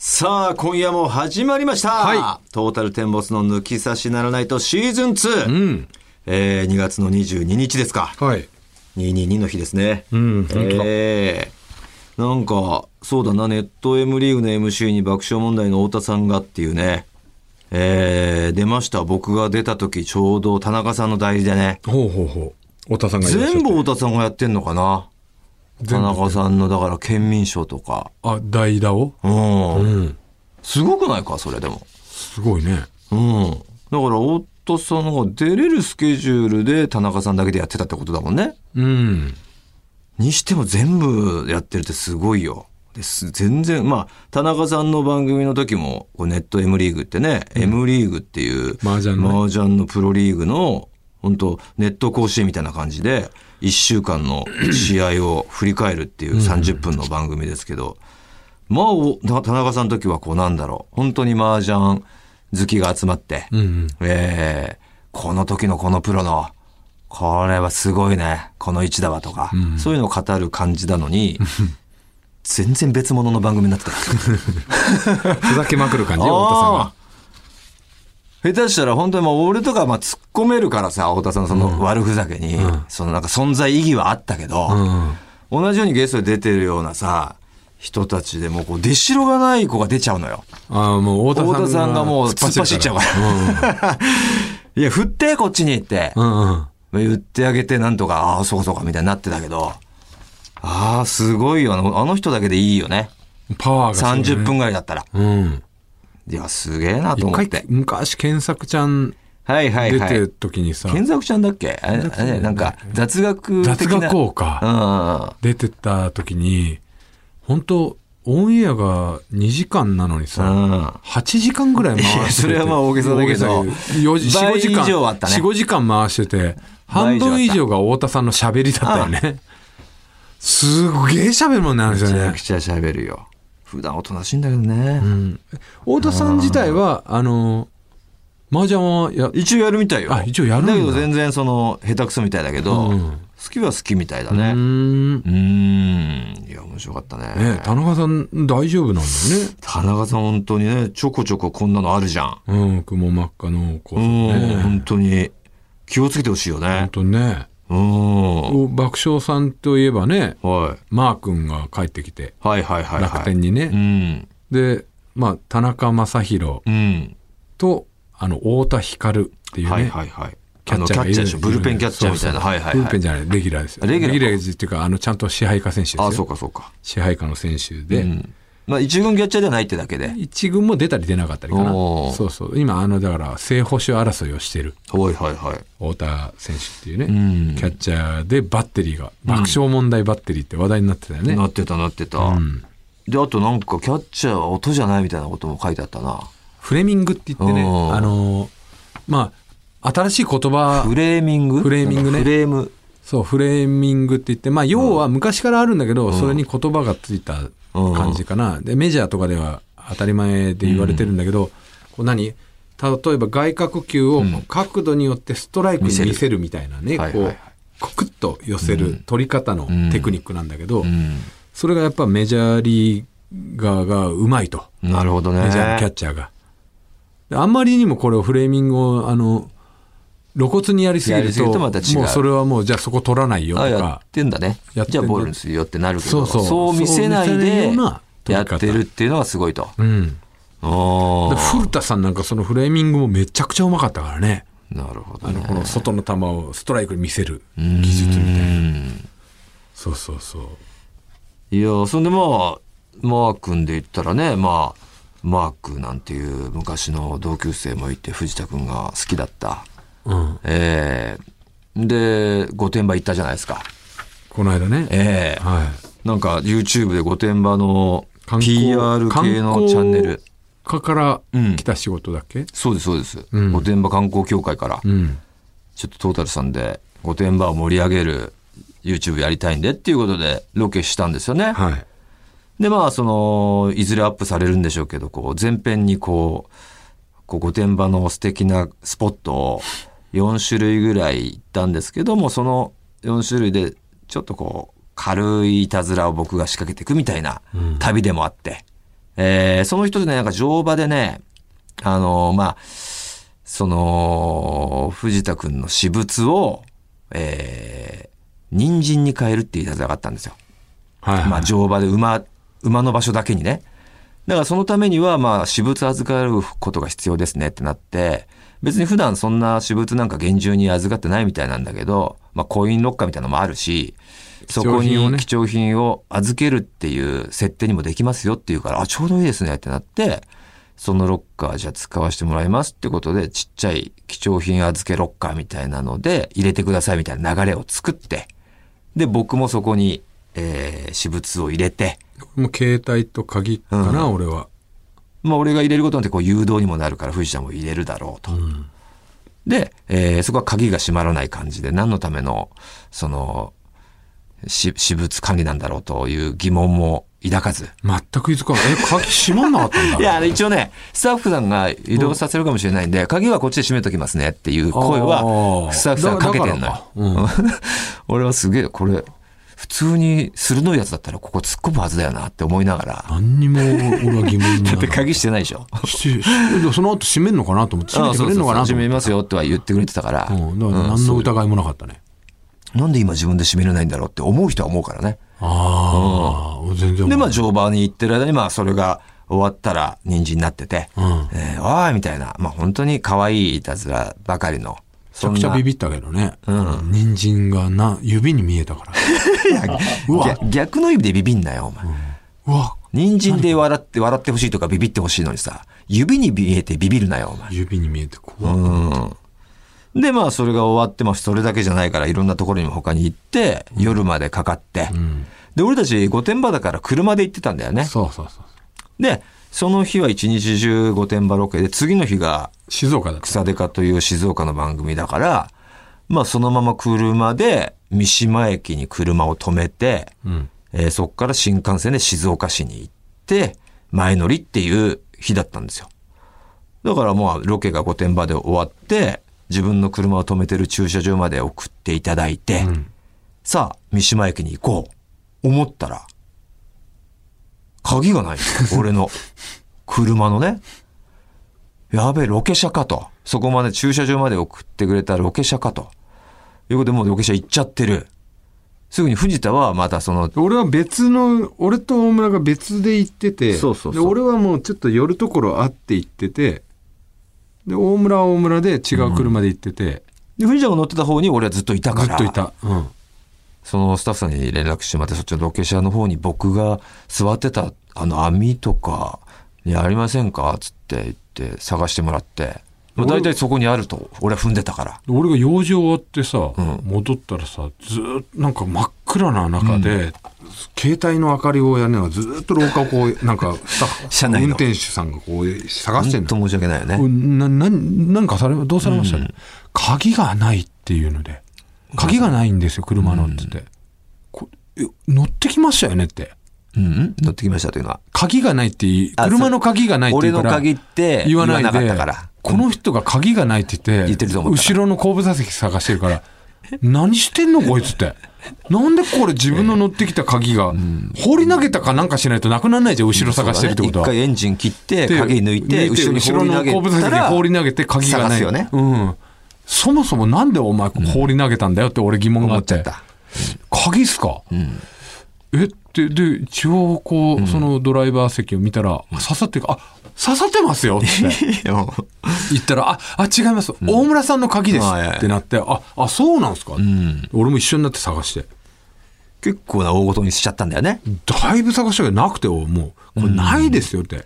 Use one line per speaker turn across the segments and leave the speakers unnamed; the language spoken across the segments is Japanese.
さあ、今夜も始まりました。
は
トータルテンボスの抜き差しならないとシーズン2。
うん。
えー、2月の22日ですか。
はい。
222の日ですね。
うん本当だ
えー、なんか、そうだな、ネット M リーグの MC に爆笑問題の太田さんがっていうね。えー、出ました。僕が出た時、ちょうど田中さんの代理でね。
ほうほうほう。太田さんがいらっしゃって
全部太田さんがやってんのかな田
全部
中さんの、だから県民賞とか。
あ、代打を
うん。
うん。
すごくないか、それでも。
すごいね。
うん。だから、太田さんが出れるスケジュールで田中さんだけでやってたってことだもんね。
うん。
にしても全部やってるってすごいよ。です全然、まあ、田中さんの番組の時も、こうネット M リーグってね、M リーグっていう、
麻雀のね
麻雀のプロリーグの、本当ネット甲子園みたいな感じで、1週間の試合を振り返るっていう30分の番組ですけど、まあ、お田中さんの時はこうなんだろう、本当に麻雀好きが集まって、
うんうん。
ええこの時のこのプロの、これはすごいね、この一打はとか、そういうのを語る感じなの に、全然別物の番組になってた。
ふざけまくる感じよ、太田さんが
あ。ー下手したら本当にもう俺とかまあ突っ込めるからさ、太田さんのその悪ふざけに、そのなんか存在意義はあったけど、
うん。
同じようにゲストで出てるようなさ、人たちでもうこう出しろがない子が出ちゃうのよ。
ああ、もう太田さん
太
が。
田さんがもう突っ走っちゃうか
から。
いや、振って、こっちにって。
うんうん。うん
言ってあげてなんとか、ああ、そうかそうかみたいになってたけど、ああ、すごいよ。あのあの人だけでいいよね。
うん。パワーがすごいね。
30分ぐらいだったら。
うん。
いや、すげえなと
一
思っ
回
て、。
昔、健作ちゃん
はいはい
出
は
てる
い。
時にさ、
健作ちゃんだっけあれ、
作ちゃ
あ
んだよ
れ
ね
なんか、雑学
雑
的な。
学王
うん
か。
うんうん。
出てた時に、本当オンエアが2時間なのにさ、
うん
8時間ぐらい回して
いや
て。
それはまあ大げさだけど
大げさだけどよじ4、
倍
5時間。
以上あったね
4、5時間回してて、
倍
半
以上あった
分以上が太田さんの喋りだったよね。すげえ喋るもんなんですよ
めちゃ
ね
く。ちゃ喋るよ。普段おとなしいんだけどね
う。ん。太田さん自体は、あの、麻雀はや、
一応やるみたいよ。
あ一応やるんだ
だけど全然その、下手くそみたいだけど、
うん
好きは好きみたいだ
う
ね。
ーん。
うーん。いや、面白かった
ね田中さん大丈夫なんだよね。
田中さん本当にね、ちょこちょここんなのあるじゃん。
うん、雲真っ赤の子、
うん、
ね。
本当に。気をつけてほしいよ
本
ね。
当ね。
うん。はい。
お爆笑さんといえばね、マー君が帰ってきて、
はいはいはい、はい。
楽天にね。
うん。
で、まあ、田中将大
うん。
と、あの、太田光っていうね、
はいはいはい。
キャッチャー
あの
がい
キ
る
ャッチャーでしょ。ブルペンキャッチャーみたいな。
そうそう
はいはい
ブルペ
は
ン
い。
じゃない、レギュラーですよ。
レギュラーか
っていうか、あの、ちゃんと支配下選手ですよ。
あ、そうかそうか。
支配下の選手で、
うん。まあ一軍キャッチャーではないってだけで。
一軍も出たり出なかったりかな
おー。
そうそう。今、あの、だから、正捕手争いをしてる
はいはいはい。
太田選手っていうね、
うん
キャッチャーでバッテリーが、爆笑問題バッテリーって話題になってたよね。
なってたなってた。
うん
で、あとなんかキャッチャーは音じゃないみたいなことも書いてあったな。
フレミングって言ってね、
おー
あの、まあ、新しい言葉
フレーミング
フレーミングね
フレーム。
そう、フレーミングって言って、まあ、要は昔からあるんだけど、それに言葉がついた感じかな。で、メジャーとかでは当たり前で言われてるんだけど、こう何例えば外角球を
ん
角度によってストライクに
見せる
見せるみたいなね、
はいは
こ、
いうはい
コクッと寄せる取り方のテクニックなんだけど、
うん。
それがやっぱメジャーリーガーがうまいと。
なるほどね。
メジャーのキャッチャーが。であんまりにもこれをフレーミングを、あの、露骨にやりすぎ
やり
る
すぎると
と、
また違う
もうそれはもう、じゃあそこ取らないよと
あや
か
っ、てんだね
やって
じ
んだ
ゃあボールにするよってなるけど
そうそう
見せない
そう見せない
で
ような取
や
り
っ
方
てるっていうのがすごいと
うん。
おー
で古田さんなんかそのフレーミングもめちゃくちゃうまかったからね。
なるほど
あの、
ね
この外の球をストライクに見せる技
技
術みたいな。
な
そうそうそう。
いやそんでまあマー君で言ったらねまあマークなんていう昔の同級生もいて藤田君が好きだった
うん。
ええで御殿場行ったじゃないですか
この間ね。
ええ
はい。
なんか YouTube で御殿場の
観光
PR 系のチャンネル。
観光課か
う
ら
ん
来た仕事だっけ
そうですそうです、
うん
御殿場観光協会から
うん。
ちょっとトータルさんで御殿場を盛り上げる YouTube やりたいんでっていうことでロケしたんですよね。
はい。
でまあそのいずれアップされるんでしょうけどこう前編にこうこう御殿場の素敵なスポットを4種類ぐらい行ったんですけどもその4種類でちょっとこう軽いいたずらを僕が仕掛けていくみたいな旅でもあって、えーその人でね、なんか乗馬でね、あのーまあ、その、藤田くんの私物を、えー、人参に変えるって言い方があったんですよ。
はいはい
まあ、乗馬で馬、馬の場所だけにね。だからそのためには、まあ、私物預かることが必要ですねってなって、別に普段そんな私物なんか厳重に預かってないみたいなんだけど、まあ、コインロッカーみたいなのもあるし、そこ
貴重品を
に
ね
貴重品を預けるっていう設定にもできますよっていうから、あ、ちょうどいいですねってなって、そのロッカーじゃあ使わせてもらいますってことで、ちっちゃい貴重品預けロッカーみたいなので、入れてくださいみたいな流れを作って、で、僕もそこに、えー私物を入れて、
もう携帯と鍵かな、俺は。
まあ、俺が入れることによってこう誘導にもなるから、富士山も入れるだろうと。で、えーそこは鍵が閉まらない感じで、何のための、その、し私物管理なんだろうという疑問も抱かず。
全くいつかない。え、鍵閉まんなかったんだ。
い や、あの一応ね、スタッフさんが移動させるかもしれないんで、鍵はこっちで閉めときますねっていう声
あ
は、
ー
スタッフさんがかけてんの
だ
よ。 俺はすげえ、これ、普通に鋭いやつだったらここ突っ込むはずだよなって思いながら。
何にも俺は疑問にな
だっ
らな
て
い
鍵してないでしょ。
してしその後閉めんのかなと思って、閉めてくれんのか
あ
な
あそうそうそう閉
と思っ
め
て。
ますよっては言ってくれてたから。
うん、だから何の疑いもなかったね。
なんで今自分で閉めれないんだろうって思う人は思うからね。
ああ、全然
で、ま
思う。
あ乗馬に行ってる間に、まあそれが終わったら人参になってて、
うん。
えー、おーいみたいな、まあ本当に可愛いいたずらばかりの。
めちゃくちゃビビったけどね。うん。人参がな、指に見えたから。うわ
逆逆の意味でビビんなよ、お前。
うわ、
人参で笑って、笑ってほしいとかビビってほしいのにさ、指に見えてビビるなよ、お前。
指に見えて怖い。
うん。で、まあ、それが終わって、まあ、それだけじゃないから、いろんなところにも他に行って、夜までかかって。で、俺たち御殿場だから車で行ってたんだよね。
そうそうそう。
で、その日は一日中御殿場ロケで、次の日が
静岡だった。
草デカという静岡の番組だから、まあ、そのまま車で三島駅に車を止めて、
うん。
えーそこから新幹線で静岡市に行って、前乗りっていう日だったんですよ。だからもうロケが御殿場で終わって、自分の車を止めてる駐車場まで送っていただいて、さあ、三島駅に行こう。思ったら、鍵がないんですよ俺の。車のね。やべえ、ロケ車かと。そこまで駐車場まで送ってくれたロケ車かと。いうことでもうロケ車行っちゃってる。すぐに藤田はまたその
俺は別の、俺と大村が別で行ってて、
そうそうそう
で俺はもうちょっと寄るところあって行ってて、で、大村は大村で違う車で行ってて、
で、藤田が乗ってた方に俺はずっといたから。
ずっといた。うん。
そのスタッフさんに連絡してまたそっちのロケ車の方に僕が座ってたあの網とかにありませんかつって言って探してもらって。まあ、大体そこにあると俺は踏んでたから。
俺が用事終わってさ、戻ったらさずーっとなんか真っ暗な中で、携帯の明かりをやりながらずーっと廊下をこうなんかスタ
車内
ッフ
の
運転手さんがこう探して
本
ん
当
の
申し訳ないよ
これ
ね。
なななんかされどうされました、ね鍵がないっていうので鍵がないんですよ車のっつって、こえ乗ってきましたよねって
うん、うん、乗ってきましたというのは。
鍵がないって言い
あ
車の鍵がないって
俺
言う
の
から
鍵って言
言
わ
わ
な
ない
かっ
いで
たから。
この人が鍵がないって言って
言ってると思った
後ろの後部座席探してるから「何してんのこいつ」ってなんでこれ自分の乗ってきた鍵が放り投げたかなんかしないとなくならないじゃん後ろ探してるってことは。
そうだね一回エンジン切って、
で
鍵抜いて、後ろに放り投げ
後ろの後部座
た
席に
ら、
放り投げて鍵が
探
な
す
い
よね
うん、そもそもなんでお前放り投げたんだよって俺疑問があ
思
っ
っちゃ
て
った。
鍵っすか、えってで一応こう、そのドライバー席を見たら刺さってるあ刺さってますよ って言ったら、あ、あ、違います。大村さんの鍵です
はいはい
ってなって、あ、あ、そうなんすか、俺も一緒になって探して。
結構な大ごとにしちゃったんだよね。
だいぶ探したけどなくて、もう、これないですよって。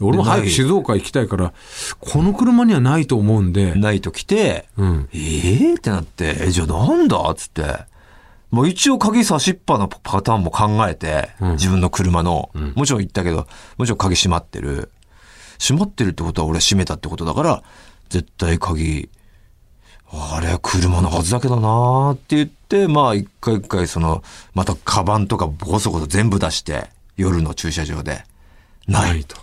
俺も早
な
く
い
静岡行きたいから、この車にはないと思うんで、
ないと来て、
うん。
えー、ってなって、え、じゃあなんだっつって。もう一応鍵差しっぱのパターンも考えて、自分の車の、もちろん行ったけど、もちろん鍵閉まってる。閉まってるってことは俺閉めたってことだから、絶対鍵、あれ、車のはずだけどなーって言って、まあ一回一回その、またカバンとかボソボソ全部出して、夜の駐車場で。ない
と。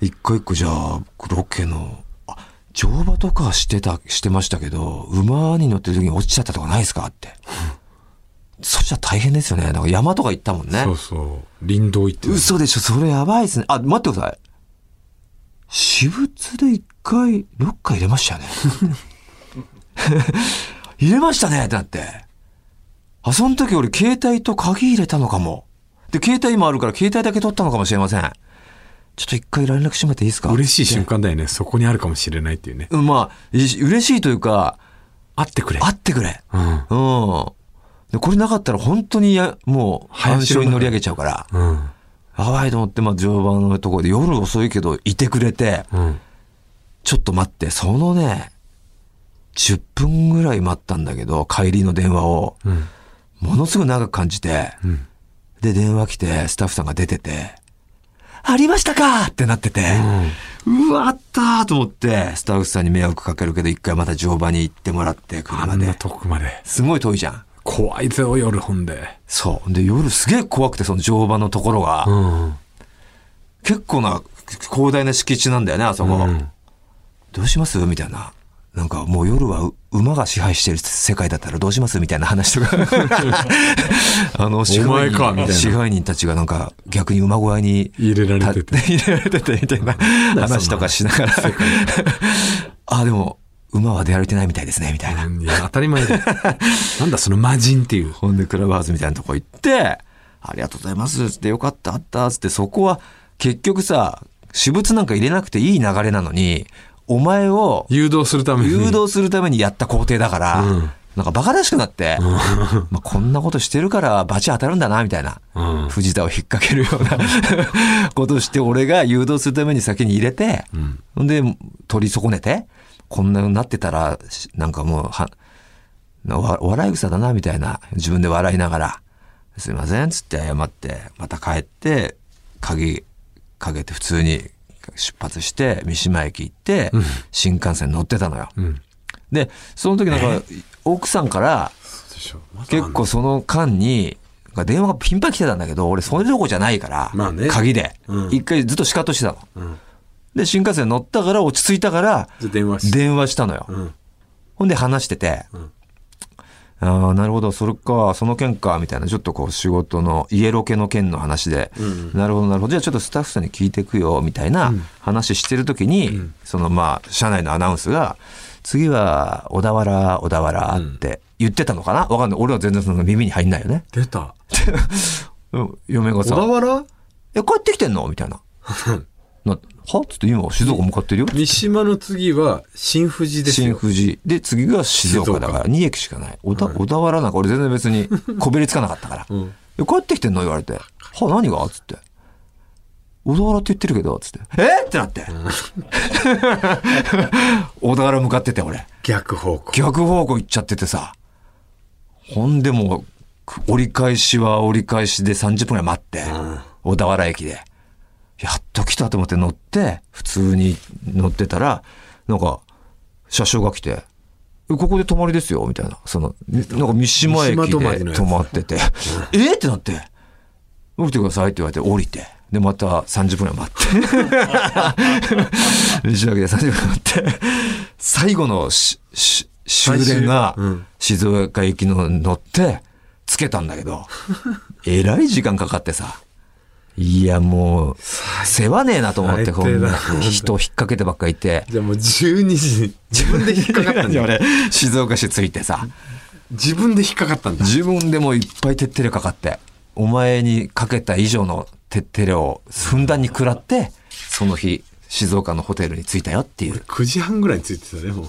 一個一個じゃあロケのあ乗馬と かしてたしてましたけど馬に乗ってる時に落ちちゃったとかないですかってそしたら大変ですよね。なんか山とか行ったもんね
そ。うそう。林道行ってた
嘘でしょ、それやばいですね。あ、待ってください。私物で一回、ロッカー入れま したよね。入れましたねってなって。あ、その時俺携帯と鍵入れたのかも。で、携帯今あるから携帯だけ取ったのかもしれません。ちょっと一回連絡してもらっていいですか
嬉しい瞬間だよね。そこにあるかもしれないっていうね。
うん、まあ、い嬉しいというか、
会ってくれ。
会ってくれ。
うん。
うん。で、これなかったら本当にや、もう、暗
林の
礁
中
に乗り上げちゃうから。
うん。
やばいと思って、まあ、常磐のところで夜遅いけど、いてくれて、
うん。
ちょっと待って、そのね、10分ぐらい待ったんだけど、帰りの電話を、
うん。
ものすごく長く感じて、
うん。
で、電話来て、スタッフさんが出てて、ありましたかってなってて、うわ、あったーと思って、スタッフさんに迷惑かけるけど、一回また乗馬に行ってもらって、
あ
車
んな
で。
遠くまで。
すごい遠いじゃん。
怖いぜ、夜ほんで。
そう。で、夜すげえ怖くて、その乗馬のところが、
ん。
結構な、広大な敷地なんだよね、あそこ。
うん。
どうしますみたいな。なんかもう夜はう馬が支配してる世界だったらどうしますみたいな話とか。 あの、支配
前かみたいな
人、支配人たちがなんか逆に馬小屋に
入れら
立
れて
って
て。
入れられててみたいな話とかしながら。 あ、でも馬は出歩いてないみたいですね、みたいな。
うんいや、当たり前だ よ。なんだ、その魔人っていう。
ほんでクラブハウスみたいなとこ行って、ありがとうございますつってよかったあったつってそこは結局さ、私物なんか入れなくていい流れなのに、お前を
誘導するために。
誘導するためにやった工程だから、
うん
なんかバカらしくなって、まあ、こんなことしてるからバチ当たるんだな、みたいな。
うん。
藤田を引っ掛けるようなことして、俺が誘導するために先に入れて、
うん。
ほんで、取り損ねて、こんなになってたら、しなんかもうは、なわ笑い草だな、みたいな。自分で笑いながら、すいません、つって謝って、また帰って、鍵かけて普通に出発して、三島駅行って、新幹線乗ってたのよ。
うん。
で、その時なんか、奥さんから、
そうでしょ。まだ
結構その間に、なんか電話が頻繁に来てたんだけど、俺それどころじゃないから、
まあね
鍵で
う。ん
一、回ずっとシカトしてたの。
うん。
で、新幹線乗ったから、落ち着いたから、
じゃあ電話して。
電話したのよ。
うん。
ほんで話してて、
うん
ああ、なるほど、それか、その件か、みたいな、ちょっとこう仕事の、家ロケの件の話で、
うん
なるほど、なるほど、じゃあちょっとスタッフさんに聞いてくよ、みたいな話してるときに、そのまあ、社内のアナウンスが、次は小田原、小田原って言ってたのかなわかんない。俺は全然その耳に入んないよね。
出た。
うん嫁が
小
さ、
田原
え、帰ってきてんのみたいな。なはつって今、静岡向かってるよ。
三島の次は新富士です
新
よ。
富士。で、次が静岡だ
静
から、2駅しかない。小田小田原なんか俺全然別 にこびりつかなかったから。
うん。
え帰ってきてんの言われて。は、何がつって。小田原って言ってるけど、つって。えってなって。 小田原向かってて、俺。
逆方向。
逆方向行っちゃっててさ。ほんでもう、く折り返しは折り返しで30分ぐらい待って、
ん
小田原駅で。やっと来たと思って乗って、普通に乗ってたら、なんか、車掌が来て、えここで泊まりですよ、みたいな。その、なんか三島駅
三島泊まりの
で
やつ
泊まってて、えってなって、降りてくださいって言われて降りて、で、また30分ぐらい待 って、三島駅で30分待って、最後のしし終電が
最終うん
静岡行きの乗って、つけたんだけど、えらい時間かかってさ、いや、もう、世話ねえなと思って、
最
こ
低
ん
だ
な人引っ掛けてばっかりいて。
じゃあもう12時、 自分で引っかかったんだ。
俺、静岡市着いてさ、
自分で引っかかったんだ。
自分でもういっぱいてってれかかって、お前にかけた以上のてってれをふんだんに食らって、その日、静岡のホテルに着いたよっていう。
9時半ぐらいについてたね、もう。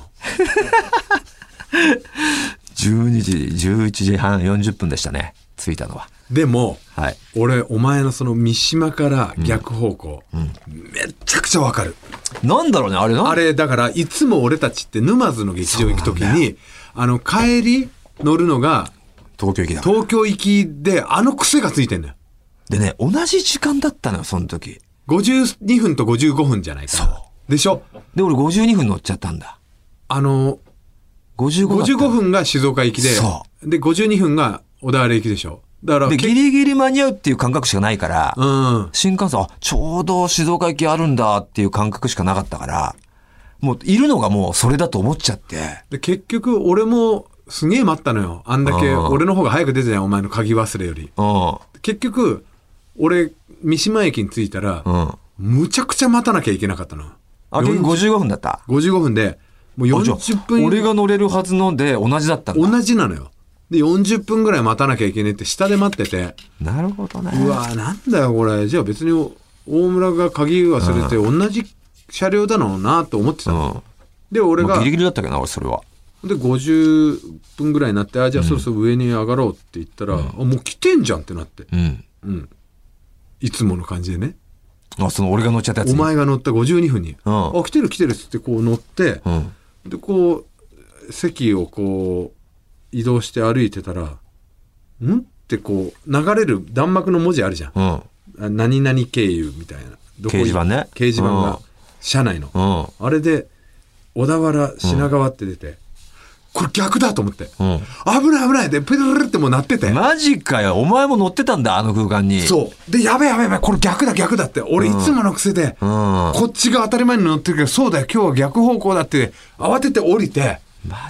12時、11時半40分でしたね、着いたのは。
でも、
はい。
俺、お前のその三島から逆方向、めっちゃくちゃわかる。
なんだろうね、あれな。
あれ、だから、いつも俺たちって沼津の劇場行くとき
そうなん
に、あの、帰り乗るのが、
東京駅だ。
東京行きで、あの癖がついてんのよ。
でね、同じ時間だったのよ、その時。
52分と55分じゃないかな。でしょ
で、俺52分乗っちゃったんだ。
あの、
55だった
55分が静岡行きで
そ、
で、52分が小田原行きでしょ。だから、
で、
け
ギリギリ間に合うっていう感覚しかないから、
うん。
新幹線、あ、ちょうど静岡行きあるんだっていう感覚しかなかったから、もういるのがもうそれだと思っちゃって、
で、結局、俺も、すげえ待ったのよ。あんだけ、
あー
俺の方が早く出てたよ、お前の鍵忘れより。
うん。
結局、俺、三島駅に着いたら、
うん。
むちゃくちゃ待たなきゃいけなかったの。
あれ
40
55分だった。
55分で、もう
あじゃあ
40分
俺が乗れるはずので同じだったんだ。
同じなのよ。で、40分ぐらい待たなきゃいけねえって、下で待ってて、
なるほどね。
うわーなんだよ、これ。じゃあ別に、大村が鍵忘れて、同じ車両だろうなと思ってた
うん。
の。
も
で、俺
う
が、
ギリ
で、
ギリだったけどな、俺それは。
50分ぐらいになって、あ、じゃあそろそろ上に上がろうって言ったら、あ、もう来てんじゃんってなって。
うん。
うん。いつもの感じでね。
あ、その俺が乗っちゃったやつ。
お。前が乗った52分に、
うん
あ、来てる来てるっつってこう乗って
う、ん。
で、こう、席をこう、移動して歩いてたら、んってこう、流れる弾幕の文字あるじゃん。
うん。
あ何々経由みたいな。どこ
掲示板ね
掲示板
うん
が、車内の。
うん。
あれで、小田原、品川って出て、これ逆だと思って。
うん。
危ない危ないで、プルプルってもうなってて。
マジかよ。お前も乗ってたんだ、あの空間に。
そう。で、やべえやべえやべえ、これ逆だ逆だって。俺いつもの癖で、
うん。マ
こっちが当たり前に乗ってるけど、そうだよ、今日は逆方向だって、慌てて降りて、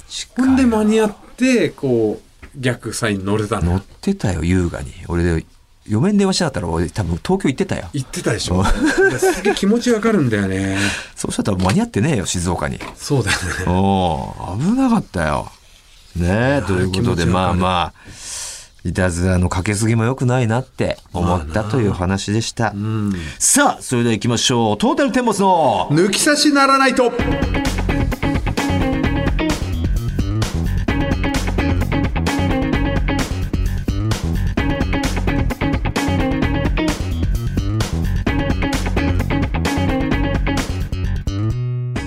ジか
ほ
よ。
んで間に合って、こう、逆サイン乗れた
乗
の。
ってたよ、優雅に。俺で、嫁に電話しなかったら、俺多分東京行ってたよ。
言ってたでしょ。すげえ気持ちわかるんだよね。
そうしたら間に合ってねえよ、静岡に。
そうだよね。
おお危なかったよ。ねえ、ということで、
気持ちわ
ま
か
あ
る
まあ、いたずらのかけすぎも良くないなって思ったという話でした。
うん。
さあ、それでは行きましょう。トータルテンボスの、
抜き差しならないと。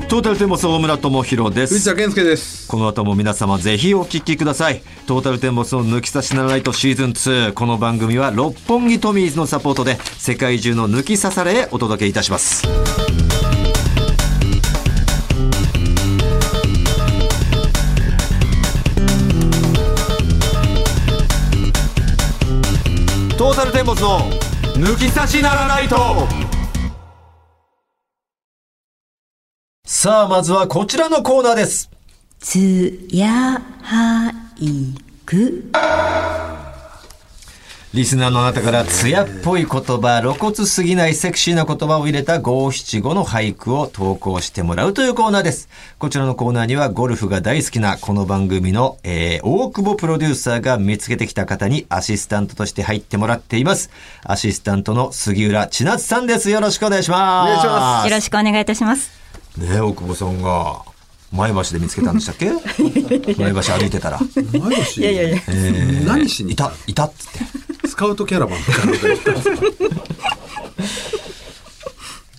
トータルテンボス大村智弘です。
藤田健介です。
この後も皆様ぜひお聞きください。トータルテンボスの抜き差しならないとシーズン2。この番組は六本木トミーズのサポートで世界中の抜き差されへお届けいたします。トータルテンボスの抜き差しならないとさあ、まずはこちらのコーナーです。
つやはいく
リスナーのあなたから艶っぽい言葉、露骨すぎないセクシーな言葉を入れた五七五の俳句を投稿してもらうというコーナーです。こちらのコーナーにはゴルフが大好きなこの番組の、えー大久保プロデューサーが見つけてきた方にアシスタントとして入ってもらっています。アシスタントの杉浦千夏さんです。よろしくお願いします。
お願いしま
よろしくお願いいたします。
ねえ大久保さんが前橋で見つけたんでした っけ前橋歩いてたら。
前橋
いやいやいや
何しに
いた、いたっつって。
スカウトキャラバンみたいなこと言ったんですか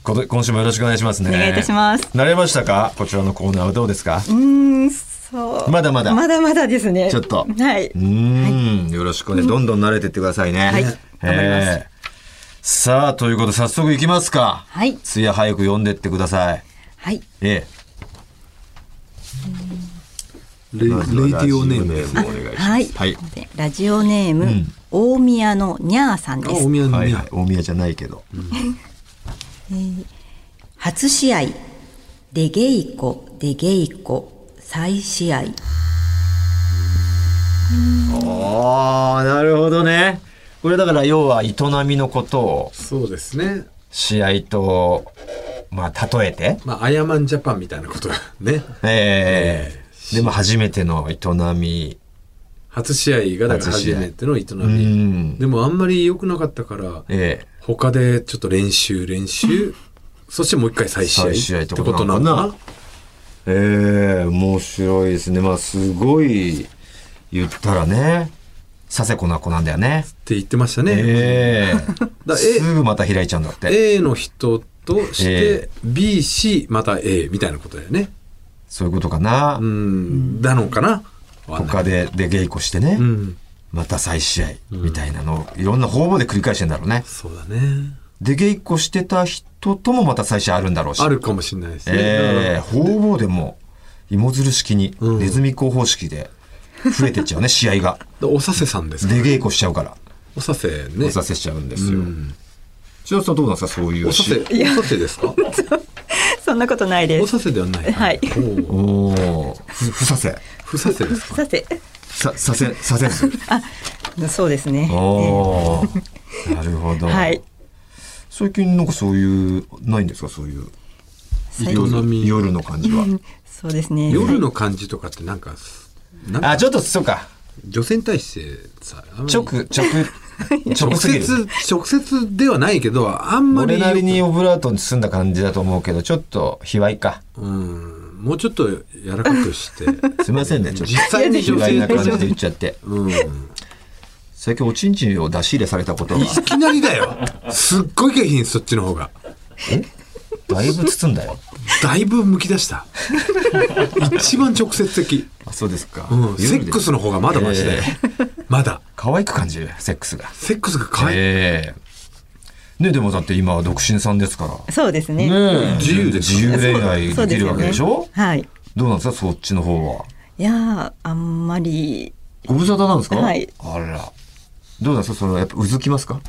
こと今週もよろしくお願いしますね。
お願いいたします
慣れましたかこちらのコーナーはどうですか
うーん、そう。
まだまだ
まだまだですね。
ちょっと
はい。
うーん、よろしくね。どんどん慣れてってくださいね。
はい
ええ
頑張ります
さあ、ということで早速いきますか。
はい
つや早く読んでってください。
はい。
え
レ
え。
イレイディオネームです。
ムお願いします。
はい。
はい。
ラジオネーム、大宮のにゃーさん
あ、
で
お
す。
宮の
はい
宮
はい。大宮じゃないけど。
初試合、デゲイコ、デゲイコ、再試合。
ああ、なるほどね。これだから要は営みのことを
そうですね。
試合と、まあ、例えて。
まあ、アヤマンジャパンみたいなことが ね。
ええでも初めての営み。
初試合がだから
初試
初
合
めての営
うん
み。でもあんまり良くなかったから、
ええ
他でちょっと練習練習、 そしてもう一回再試合
再試合
っ
って
て
こ
ことと
なの
なの
かな
かな
ええ面白いですね。まあ、すごい、言ったらね、させこな子なんだよね。
って言ってましたね。
ええ
だ
すぐまた開いちゃうんだって。
A の人とし
え
て、B、C、また A みたいなことだよね。
そういうことかな。
うん、だのかなわかんない
他で、で、稽古してね、
うん、
また再試合、みたいなのを、いろんな方々で繰り返してんだろうね。
そうだね。
で、稽古してた人ともまた再試合あるんだろうし。
あるかもしれないですね。
ええ
だから
方々でも、芋づる式に、
うん
ネズミ講方式で、増えてっちゃうね、試合が。
おさせさんですか
で、稽古しちゃうから。
おさせね。
おさせしちゃうんですよ。千代さんどうなんですかそういう
おさせ、おさせですか
そんなことないで
お
す。
させではない。
はい
おー
おお、ふ、ふさせ。
ふさせですか
さて、
さ、させ、させん す。
そうですね。
おーなるほど。
はい。
最近なんかそういう、ないんですかそういう。
最
どうぞ
夜夜の感じは。
そうですね。
夜の感じとかってなんか、なんか
あ、ちょっと、そうか。
女性に対してさ、あんまり
直、 直、直
直
すぎる。
接、直接ではないけど、あんま
俺
り、
なりにオブラートに包んだ感じだと思うけど、ちょっと、卑猥か。
うん、もうちょっと柔らかくして、
すみませんね、ちょっと。
実際に
卑
女
猥
性
な
に
感
対
じ
し
で
て、
言っちゃって。
うん、い
最近、おちんちんを出し入れされたことが、
きなりだよ。すっごい下品、そっちの方が。
だいぶ包んだよ。
だいぶ剥き出した。一番直接的。
あ、そうですか
うん、セックスの方がまだマシだよ。まだ。
可愛く感じる、セックスが。
セックスが可愛い。
ええねでもだって今は独身さんですから。
そうですね。
ねえ
自由です
自
よ
由恋愛
そう
できるわけでし
そう
ょ
すよねはい。
どうなんですかそっちの方は。
いやーあんまり
ご無沙汰なんですか
はい
あら。どうなんですかそれはやっぱうずきますか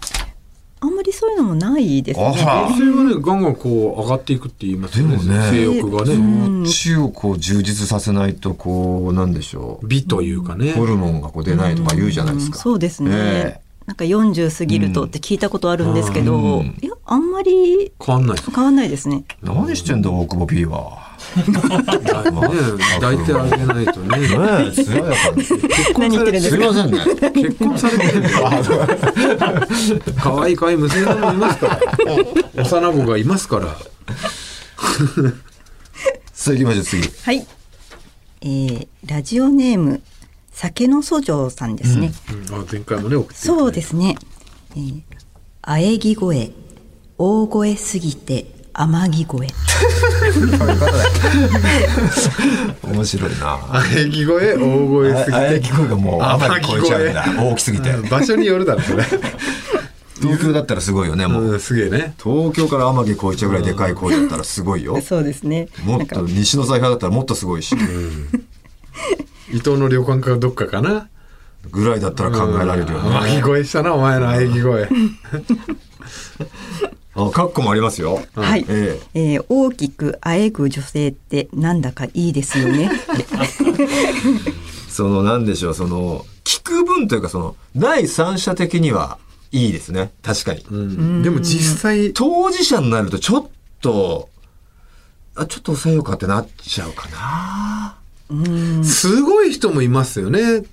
あんまりそういうのもないですね。
あ
女性はね、ガンガンこう上がっていくって言いますよね。
でもね
性欲が
ら。
ね。
こっちをこう充実させないとこう、なんでしょう。
美というかね。
ホルモンがこう出ないとか言うじゃないです
うん
か。
そうですね。
え
なんか40過ぎるとって聞いたことあるんですけど、
うん
いやあんまり
変わんないです。
変わんないですね。
え何してんだ、大久保 P は。
ね抱いてあげないとね。
ねえ、つらやから。す
何言ってるんです
い
か。
ませんね。
結婚されてるんだよ。可愛い可愛い娘さんもいますから。幼子がいますから。
さあ行きましょう、次。
はい。えー、ラジオネーム酒の訴状さんですね。
うんあ前回もね送っていただいて
そうですね。えー、あえぎ声、大声すぎて天城声。
面白いな。
喘ぎ声大声すぎ
あれ聞こえがもう、あまり
天
超え
城越
ちゃ
え
うんだ。大きすぎて。
て場所によるだろうね
東京だったらすごいよね、もう。
うんすげえね
東京から天城越えちゃうぐらいでかい声だったらすごいよ。
そうですね。
も
な
っ
んか
と西の財布だったらもっとすごいし、
伊藤の旅館かどっかかな
ぐらいだったら考えられるよね。
喘ぎ声したなお前の喘ぎ声
あ、カッコもありますよ。
はい、
え
えー大きくあえぐ女性ってなんだかいいです よね。
えその、なんでしょう、その、聞く分というか、その、第三者的にはいいですね。確かに。
うんでも実際
当事者になるとちょっと、あ、ちょっと抑えようかってなっちゃうかな。
すごい人もいますよね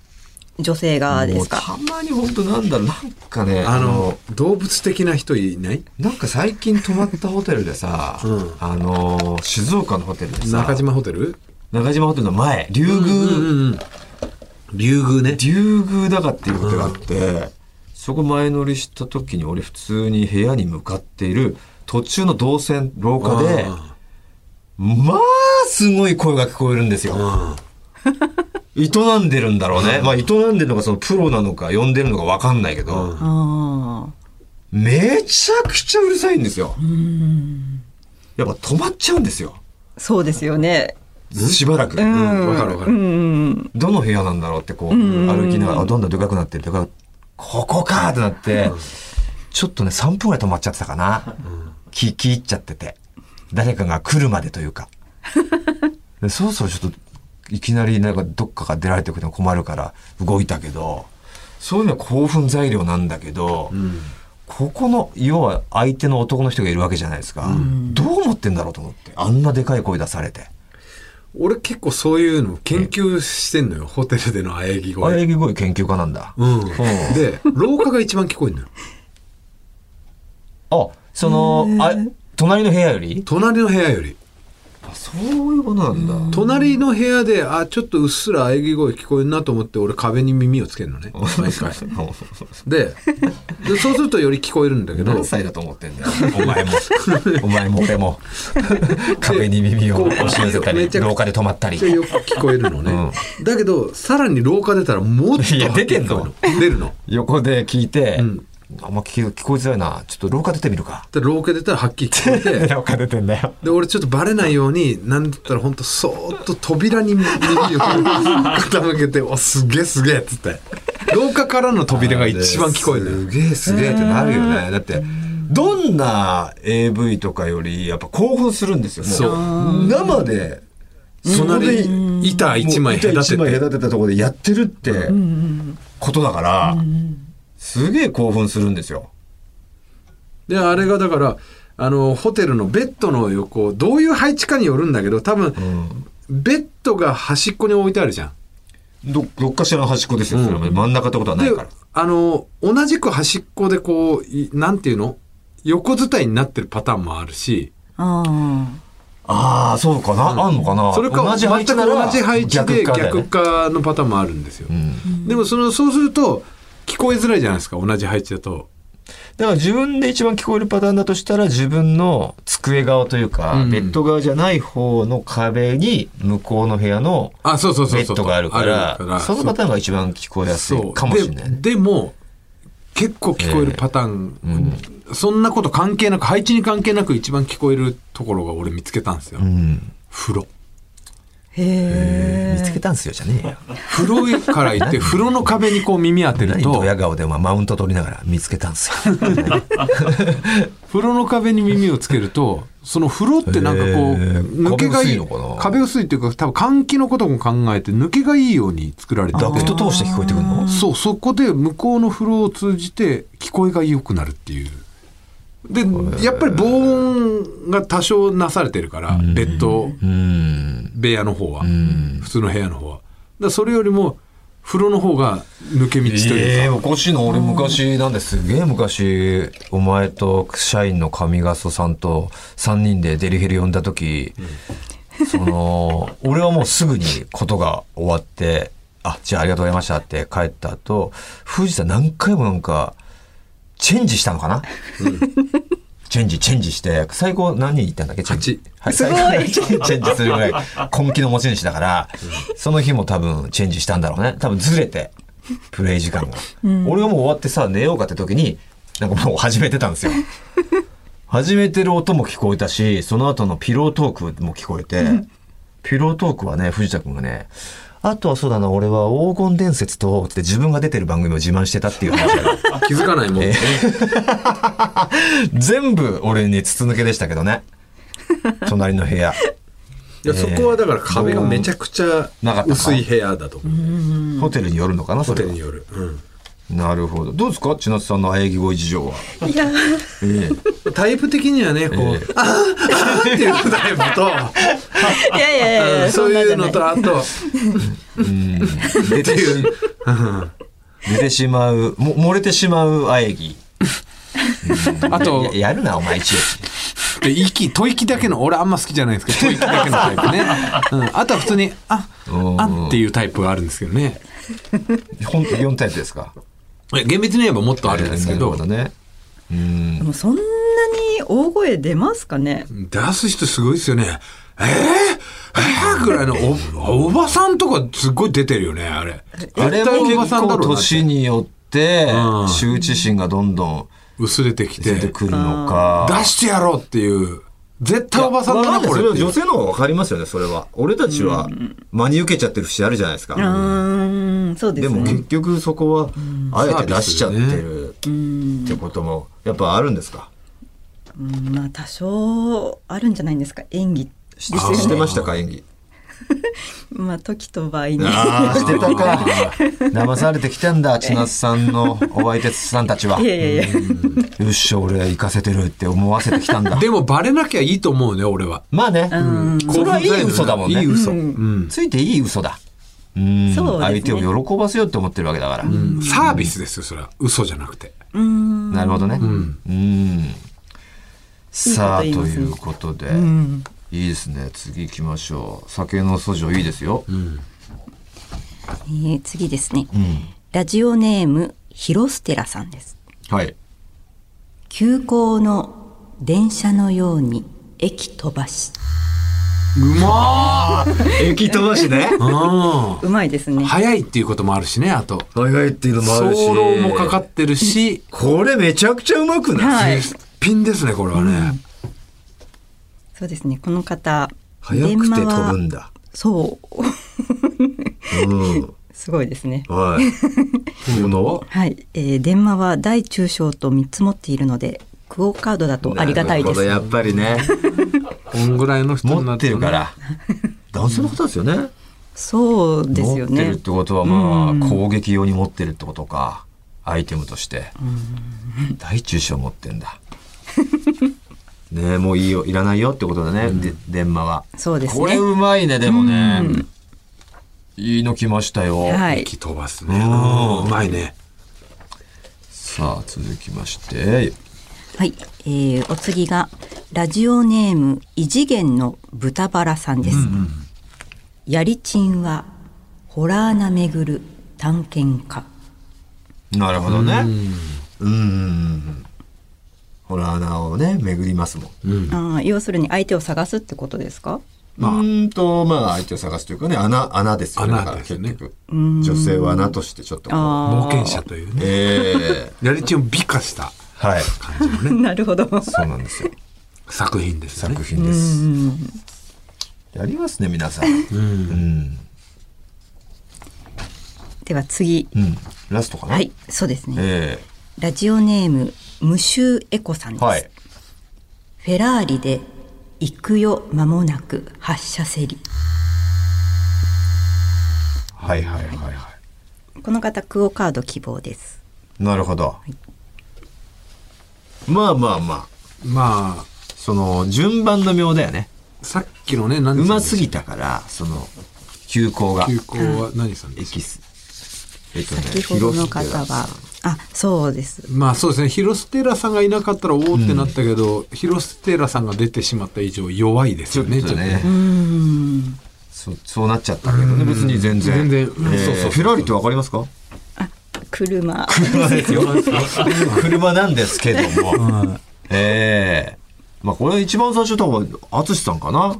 女性がで
も
す
う
か。
たまに本当なんだろう、なんかね、
あの動物的な人いない
なんか最近泊まったホテルでさ、
うん
あのー静岡のホテルでさ
中島ホテル
中島ホテルの前竜宮、
うん竜宮ね
竜宮だかっていうホテルがあって、そこ前乗りした時に俺普通に部屋に向かっている途中の動線廊下で
あ
まあすごい声が聞こえるんですよ。
あ
営んでるんだろうね。まあ営んでるのがそのプロなのか呼んでるのかわかんないけど、
あ
めちゃくちゃうるさいんですよ。やっぱ止まっちゃうんですよ。
あ、そうですよね。
しばらく。
うんわかるわかる
うん、
どの部屋なんだろうってこう歩きながらあどんどんでかくなってるだからここかーってなってちょっとね3分ぐらい止まっちゃってたかな聞き入っちゃってて誰かが来るまでという かでそろそろちょっといきなりなんかどっかが出られてくれても困るから動いたけどそういうのは興奮材料なんだけど、ここの要は相手の男の人がいるわけじゃないですか、どう思ってんだろうと思ってあんなでかい声出されて。
俺結構そういうの研究してんのよホテルでの喘ぎ
あ
声
れ、声研究家なんだ。
うん
ん
で廊下が一番聞こえるのよ
あ、その、あ、隣の部屋より
隣の部屋より
あ、そういうことなんだ。
隣の部屋であちょっとうっすら喘ぎ声聞こえるなと思って俺壁に耳をつけるのね毎回ででそうするとより聞こえるんだけど
何歳だと思ってんだよ。お前も。お前も俺 も。壁に耳を押し寄せた
め
り、
ちゃくちゃ
廊下で止まったり。
めっちゃよく聞こえるのね、だけどさらに廊下出たらもっと
いや出てんの
聞こえるの出るの
横で聞いて、
ん
あんま聞き聞こえづらいな。ちょっと廊下出てみるか。
で廊下出たらはっきり聞こえ て
廊下出てんだよ。
で俺ちょっとバレないようになんだったらほんとそーっと扉に耳を傾けて「おすげえすげえ」っつって廊下からの扉が一番聞こえるの
す
よ
げえすげえってなるよね。だって、どんな AV とかより、やっぱ興奮するんですよ。も
そう
生で
そこで板一
もう
枚
板
隔て
一枚
て
隔てたところでやってるってことだから、すげえ興奮するんですよ。
であれがだからあのホテルのベッドの横どういう配置かによるんだけど多分、ベッドが端っこに置いてあるじゃん。
どどっかしらの端っこですよ、それは真ん中ってことはな
で
いから。
あの同じく端っこでこういなんていうの横伝いになってるパターンもあるし
ああ。
ああ、そうかな、あんのかな。
それか
同じ配置
全
な
く
ら
同じ配置で
逆かだよ
逆
ね
化のパターンもあるんですよ。でもそのそうすると聞こえづらいじゃないですか同じ配置だと。
だから自分で一番聞こえるパターンだとしたら自分の机側というか、
うん
ベッド側じゃない方の壁に向こうの部屋の
あそうそうそ
ベ
うそ
ッ
う。
ドがあるから
あるから
そのパターンが一番聞こえやす
そう
いかもしれないね。
ででも結構聞こえるパターン、そんなこと関係なく配置に関係なく一番聞こえるところが俺見つけたんですよ、
うん、
風呂
へえ。
見つけたんすよじゃねえよ。
風呂から行って風呂の壁にこう耳当てる
何
と
ドヤ顔でお前マウント取りながら見つけたんす よ。
風呂の壁に耳をつけるとその風呂ってなんかこう
へー
抜けがい
壁薄い
い
のかな
壁薄いっていうか多分換気のことも考えて抜けがいいように作られてて
ダクト通して聞こえてくるの
そう、そこで向こうのフローを通じて聞こえが良くなるっていう。で、やっぱり防音が多少なされてるから、ベッド
うん。
部屋の方は、普通の部屋の方は。だからそれよりも、風呂の方が抜け道と
ええ
いうか。
おかしいの俺昔なんですげえ昔お前と社員の上笠さんと3人でデリヘル呼んだ時、その 俺はもうすぐにことが終わってあじゃあありがとうございましたって帰った後藤田何回もなんかチェンジしたのかな、チェンジチェンジして最高何人いったんだっけチェンジはい、すごいチェンジするぐらい根気の持ち主だからその日も多分チェンジしたんだろうね多分ずれてプレイ時間が、俺がもう終わってさ寝ようかって時になんかもう始めてたんですよ始めてる音も聞こえたしその後のピロートークも聞こえてピロートークはね藤田君がねあとはそうだな俺は黄金伝説とって自分が出てる番組を自慢してたっていう話が
気づかないもんね。
全部俺に筒抜けでしたけどね隣の部屋
いやそこはだから壁がめちゃくちゃ
なかったか
薄い部屋だと思う。
ホテルによるのかな
ホ
そ
テ
れ
ル
は
による。うん
なるほどどうですか千夏さんの喘ぎ声事情は
いや、
ええ
タイプ的にはね、こう、あーあーっていうタイプと、
いやいやいや、
そういうの
そん
と、
な
あと、
出てし出てしまうも漏れてしまう喘ぎ
あと
や、やるなお前一応
で息吐息だけの俺あんま好きじゃないんですけど吐息だけのタイプね、 うん、あとは普通に「あ
うん
あっていうタイプがあるんですけどね
本当4タイプですか
いや厳密に言えばもっとあるんですけど、
ええなるほねうん
でもそんなに大声出ますかね。
出す人すごいですよねえー、えー、ぐらいのおおばさんとかすっごい出てるよねあれ
あれも
絶対おば
結
さんだ
構
ろうなっ
年
て
によって
うん
羞恥心がどんどん
薄れてきて
出て
出
くるのか
してやろうっていう絶対おばさん
わ
だ
か
な
ない
こ
そ
れ
れ
っ
は
ていう
女性の方がわかりますよね、それは。俺たちは真に受けちゃってる節あるじゃないです
う
か。
ーん、そうで
ですも
ね
結。局そこは、あえて出しちゃって
サー
るってことも、やっぱあるんですか
うんまあ多少あるんじゃないんですか。演技。
ししてましたか、演技。
まあ時と場合に。
ああ、してたか。騙されてきたんだ、千夏さんのお相手さんたちは。
いやいやいや。
よっしゃ、俺行かせてるって思わせてきたんだ。
でもバレなきゃいいと思うね俺は
まあね、それはいい嘘だもんね。
いい嘘、
う
うん
ついていい嘘だ。うん
そうです
相
ね
手を喜ばせようって思ってるわけだから。
サービスですよそれは嘘じゃなくて
うーん。
なるほどね。うん。さあ、と
いいこと言います
い
ね
うことで、いいですね。次行きましょう。酒の訴状いいですよ。
えー次ですね。ラジオネームヒロステラさんです。
はい。
急行の電車のように駅飛ばし。
うまー
駅飛ばしね。
うん
うまいですね。
早いっていうこともあるしねあと
長いっていうのもあるし。
早漏もかかってるし
これめちゃくちゃうまくない
はい
絶品ですねこれはね、
そうですね。この方。
早くて
電話
飛ぶ
は
んだ。
そう。
うん。
すごいですね。
はい。この
はい、えー電話は大中小と3つ持っているのでクオカードだとありがたい
な
で
るほど
す
やっぱりね。
こんぐらいの人に
持
な
って
と
る
ね
から。男性の方ですよね。
そうですよ
持ってる
ね
っ。てことはまあ攻撃用に持ってるってことかアイテムとして大中小持ってんだ ねえもういいよいらないよってことだね、で電話は
そうですね
これうまいねでもね、いいのきましたよ、
はい。
吹き飛ばすね。うんうまいね。
さあ続きまして
はい、えーお次がラジオネーム異次元の豚バラさんです。やりちんはホラーな巡る探検家。
なるほどねうんほら穴をね巡りますもん
あー要するに相手を探すってことですか。
まあ、うんとまあ相手を探すというかね穴穴ですよね
穴
だから
です
結
よね
局女性は穴としてちょっとこう
あー
冒険者というね。
ええ
やりちんを美化した
はい
感じの ね、
なるほど。
そうなんですよ
作品ですよね
作。品ですやりますね皆さんうん
では次。
うんラストかな
はい、そうですね。
え
ラジオネーム無臭エコさん
え
です。
はい
フェラーリで行くよ間もなく発車せり。
はいはいはいは
この方クオカード希望です。
いなるほどまあまあまあ
まあ、
その順番の妙だよね
さっきのね、何
うます
ぎ
ぎたからその急行が
休校は何さん
エ
ですか
キスえっとね
先ほどの方
広
は、あ、そうです。
まあそうですね、ヒロステラさんがいなかったらおおってなったけど、ヒロステラさんが出てしまった以上弱いですよね、
ちょっとね
ちょっと
そうそうなっちゃったけどね別に全然
全然うん
ええ
そうそうそう
フェラーリってわかりますか
車。
車ですよ。 車なんですけども。ええまあこれ一番最初多分、淳さんかな。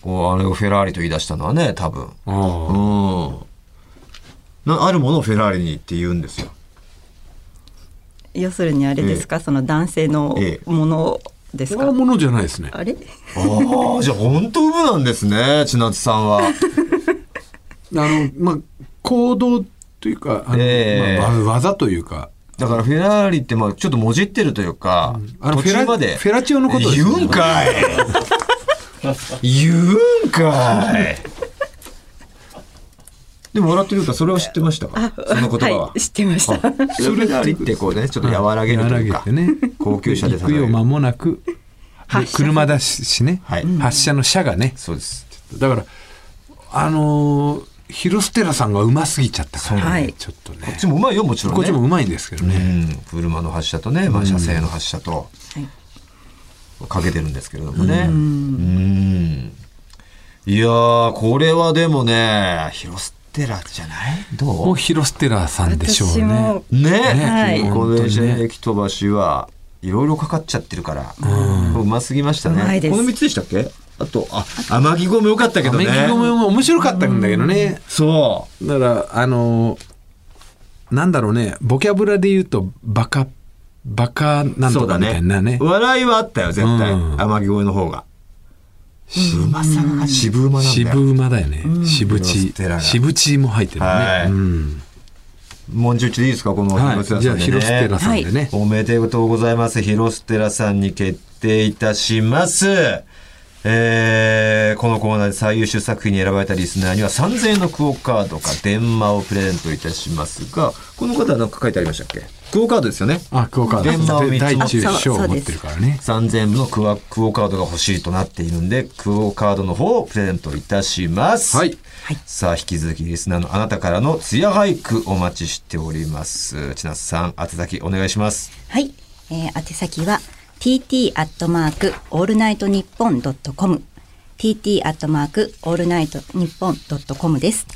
こう、あれをフェラーリと言い出したのはね、多分。
ああ
うん。なあるものをフェラーリにって言うんですよ。
要するにあれですか、その男性の
ええ
ものです
そ
か。
んなものじゃないですね。
あれ
ああ、じゃあ本当部なんですね、千夏さんは。
あの、まあ、行動というか、あの
ええ
まあわ技というか、
だからフェラーリってまあちょっともじってるというか、
あの
途中まで。
フェラフェラチオのことです
言
よね
うんかい言うんかいでも笑ってるかそれを知ってましたかその言葉 は。
い、知ってました。
それなりってこうね、ちょっと和らげるというか、
和らげてね
高級車で例
行く
え
よ
る
間もなくで
発車
車だししね、
はい
発車の車がね
そうです。
だからあのーヒロステラさんがうますぎちゃった
そ
から、
う
ね
はい
ちょっとね
こっちもうまいよ、もちろん、ね。
こっちもうまいんですけど
う
ね、
ん、車の発車とね、まあ、車線の発車と、かけてるんですけれどもね。うん。いやー、これはでもね、ヒロステラじゃない
も
ど
う
う
ヒロステラさんでしょう
私
ね
も
ね
はい
こ
本当
の
にね
駅飛ばしはいろいろかかっちゃってるから、うますぎました
うま
ね。
いです
この3つでしたっけあと、あ、天城越えよかったけど
アメ
ね。
リカも面白かったんだけどね、
そう。
だからあのーなんだろうねボキャブラで言うとバカバカなん
そ
と
うだ
かみたいなね
笑いはあったよ絶対、
うん
天城越えの方がうまさが渋馬なんだよ
渋馬だよね、渋
ヒロ
地
ステラが
渋地も入ってるね、
はい
うん
もんじゅうちでいいですかこの
はい、
広瀬
じゃあヒロステラさんでね、
おめでとうございます広瀬寺さんに決定いたしますえーこのコーナーで最優秀作品に選ばれたリスナーには3000円のクオカードか電話をプレゼントいたしますがこの方は何か書いてありましたっけクオカードですよね
あ、クオカード。
電話を見つ
大中
あそ
小
うそう
持
で
っ
す
てるからね。
3000部のクワクオカードが欲しいとなっているんで、クオカードの方をプレゼントいたします。
はい
さあ、引き続きリスナーのあなたからのツヤ俳句お待ちしております。千夏さん、宛先お願いします。
はい、えー、宛先は tt アットマークオールナイトニッポンドットコム tt アットマークオールナイトニッポンドットコムです。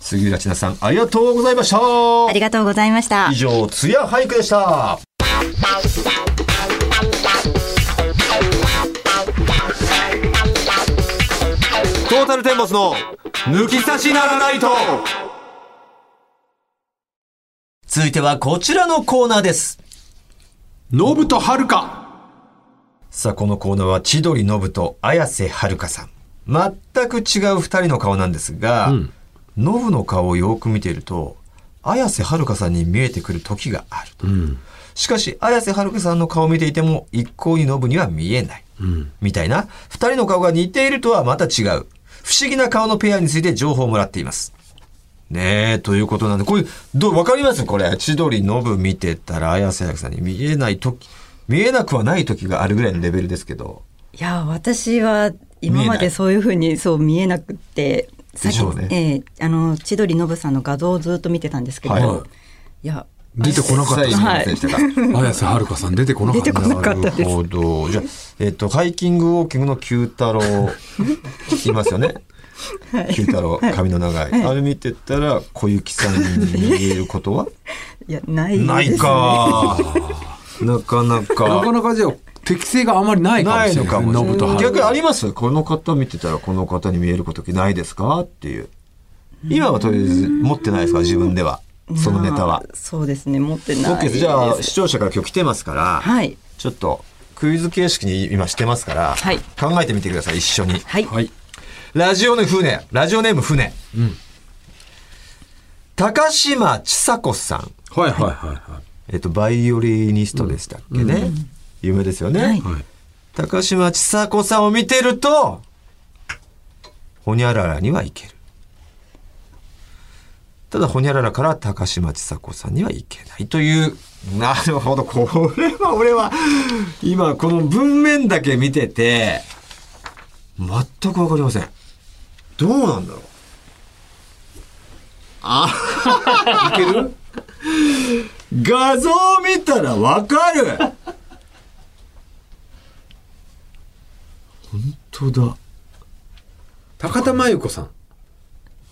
杉浦千夏さん、ありがとうございました。
ありがとうございました
以。上、ツヤ俳句でした。トータルテンボスの抜き差しならないと続いてはこちらのコーナーです。
ノブとハルカ。
さあ、このコーナーは千鳥ノブと綾瀬はるかさん。全く違う二人の顔なんですが、ノブの顔をよく見ていると、綾瀬はるかさんに見えてくる時があると。
うん。
しかし、綾瀬はるかさんの顔を見ていても、一向にノブには見えない。みたいな、二人の顔が似ているとはまた違う。不思議な顔のペアについて情報をもらっています。ねえ、ということなんで、これ、どう、わかりますこれ。千鳥ノブ見てたら、綾瀬はやさんに見えないとき、見えなくはないときがあるぐらいのレベルですけど。
いや私は今までそういうふうにそう見えなくてさっ
でしょ
き、
うね
えーあの千鳥ノブさんの画像をずっと見てたんですけど、
はい
い、や
出てこなかった
実
です
際に見せてたから
綾瀬はるかさん出てこなかっ
出
た
てこなかった
なるほど。じゃあ、えっと、ハイキングウォーキングの九太郎、いますよね。九太郎、髪の長い。あれ見てたら、小雪さんに見えることは
いや ないです、ね、
ないか。 なかな
なか
か。
なかじゃあ適性があまりないかも
ない
し
の
れな
か
い
もし
ノ
れ
ブと
な
ハ
い。
ル
逆
カ
にありますこの方見てたら、この方に見えることないですかっていう。今はとりあえず持ってないですか自分では。そのネタは
まあ。そうですね持ってない
OK です。じゃあ、視聴者から今日来てますから。
はい
ちょっとクイズ形式に今してますから、
はい
考えてみてください、一緒に。
はい、
はい
ラジオネーム船、ラジオネーム船。高島千佐子さん。
はいはいは
えっと、バイオリニストでしたっけね。有名ですよね。
はい
いはい
高島千佐子さんを見てると、ほにゃららにはいける。ただ、ほにゃららから高島千佐子さんにはいけないという。なるほど。これは俺は、今この文面だけ見てて、全くわかりません。どうなんだろう。 あ、いける画像を見たらわかる本当だ。
高田真由子さん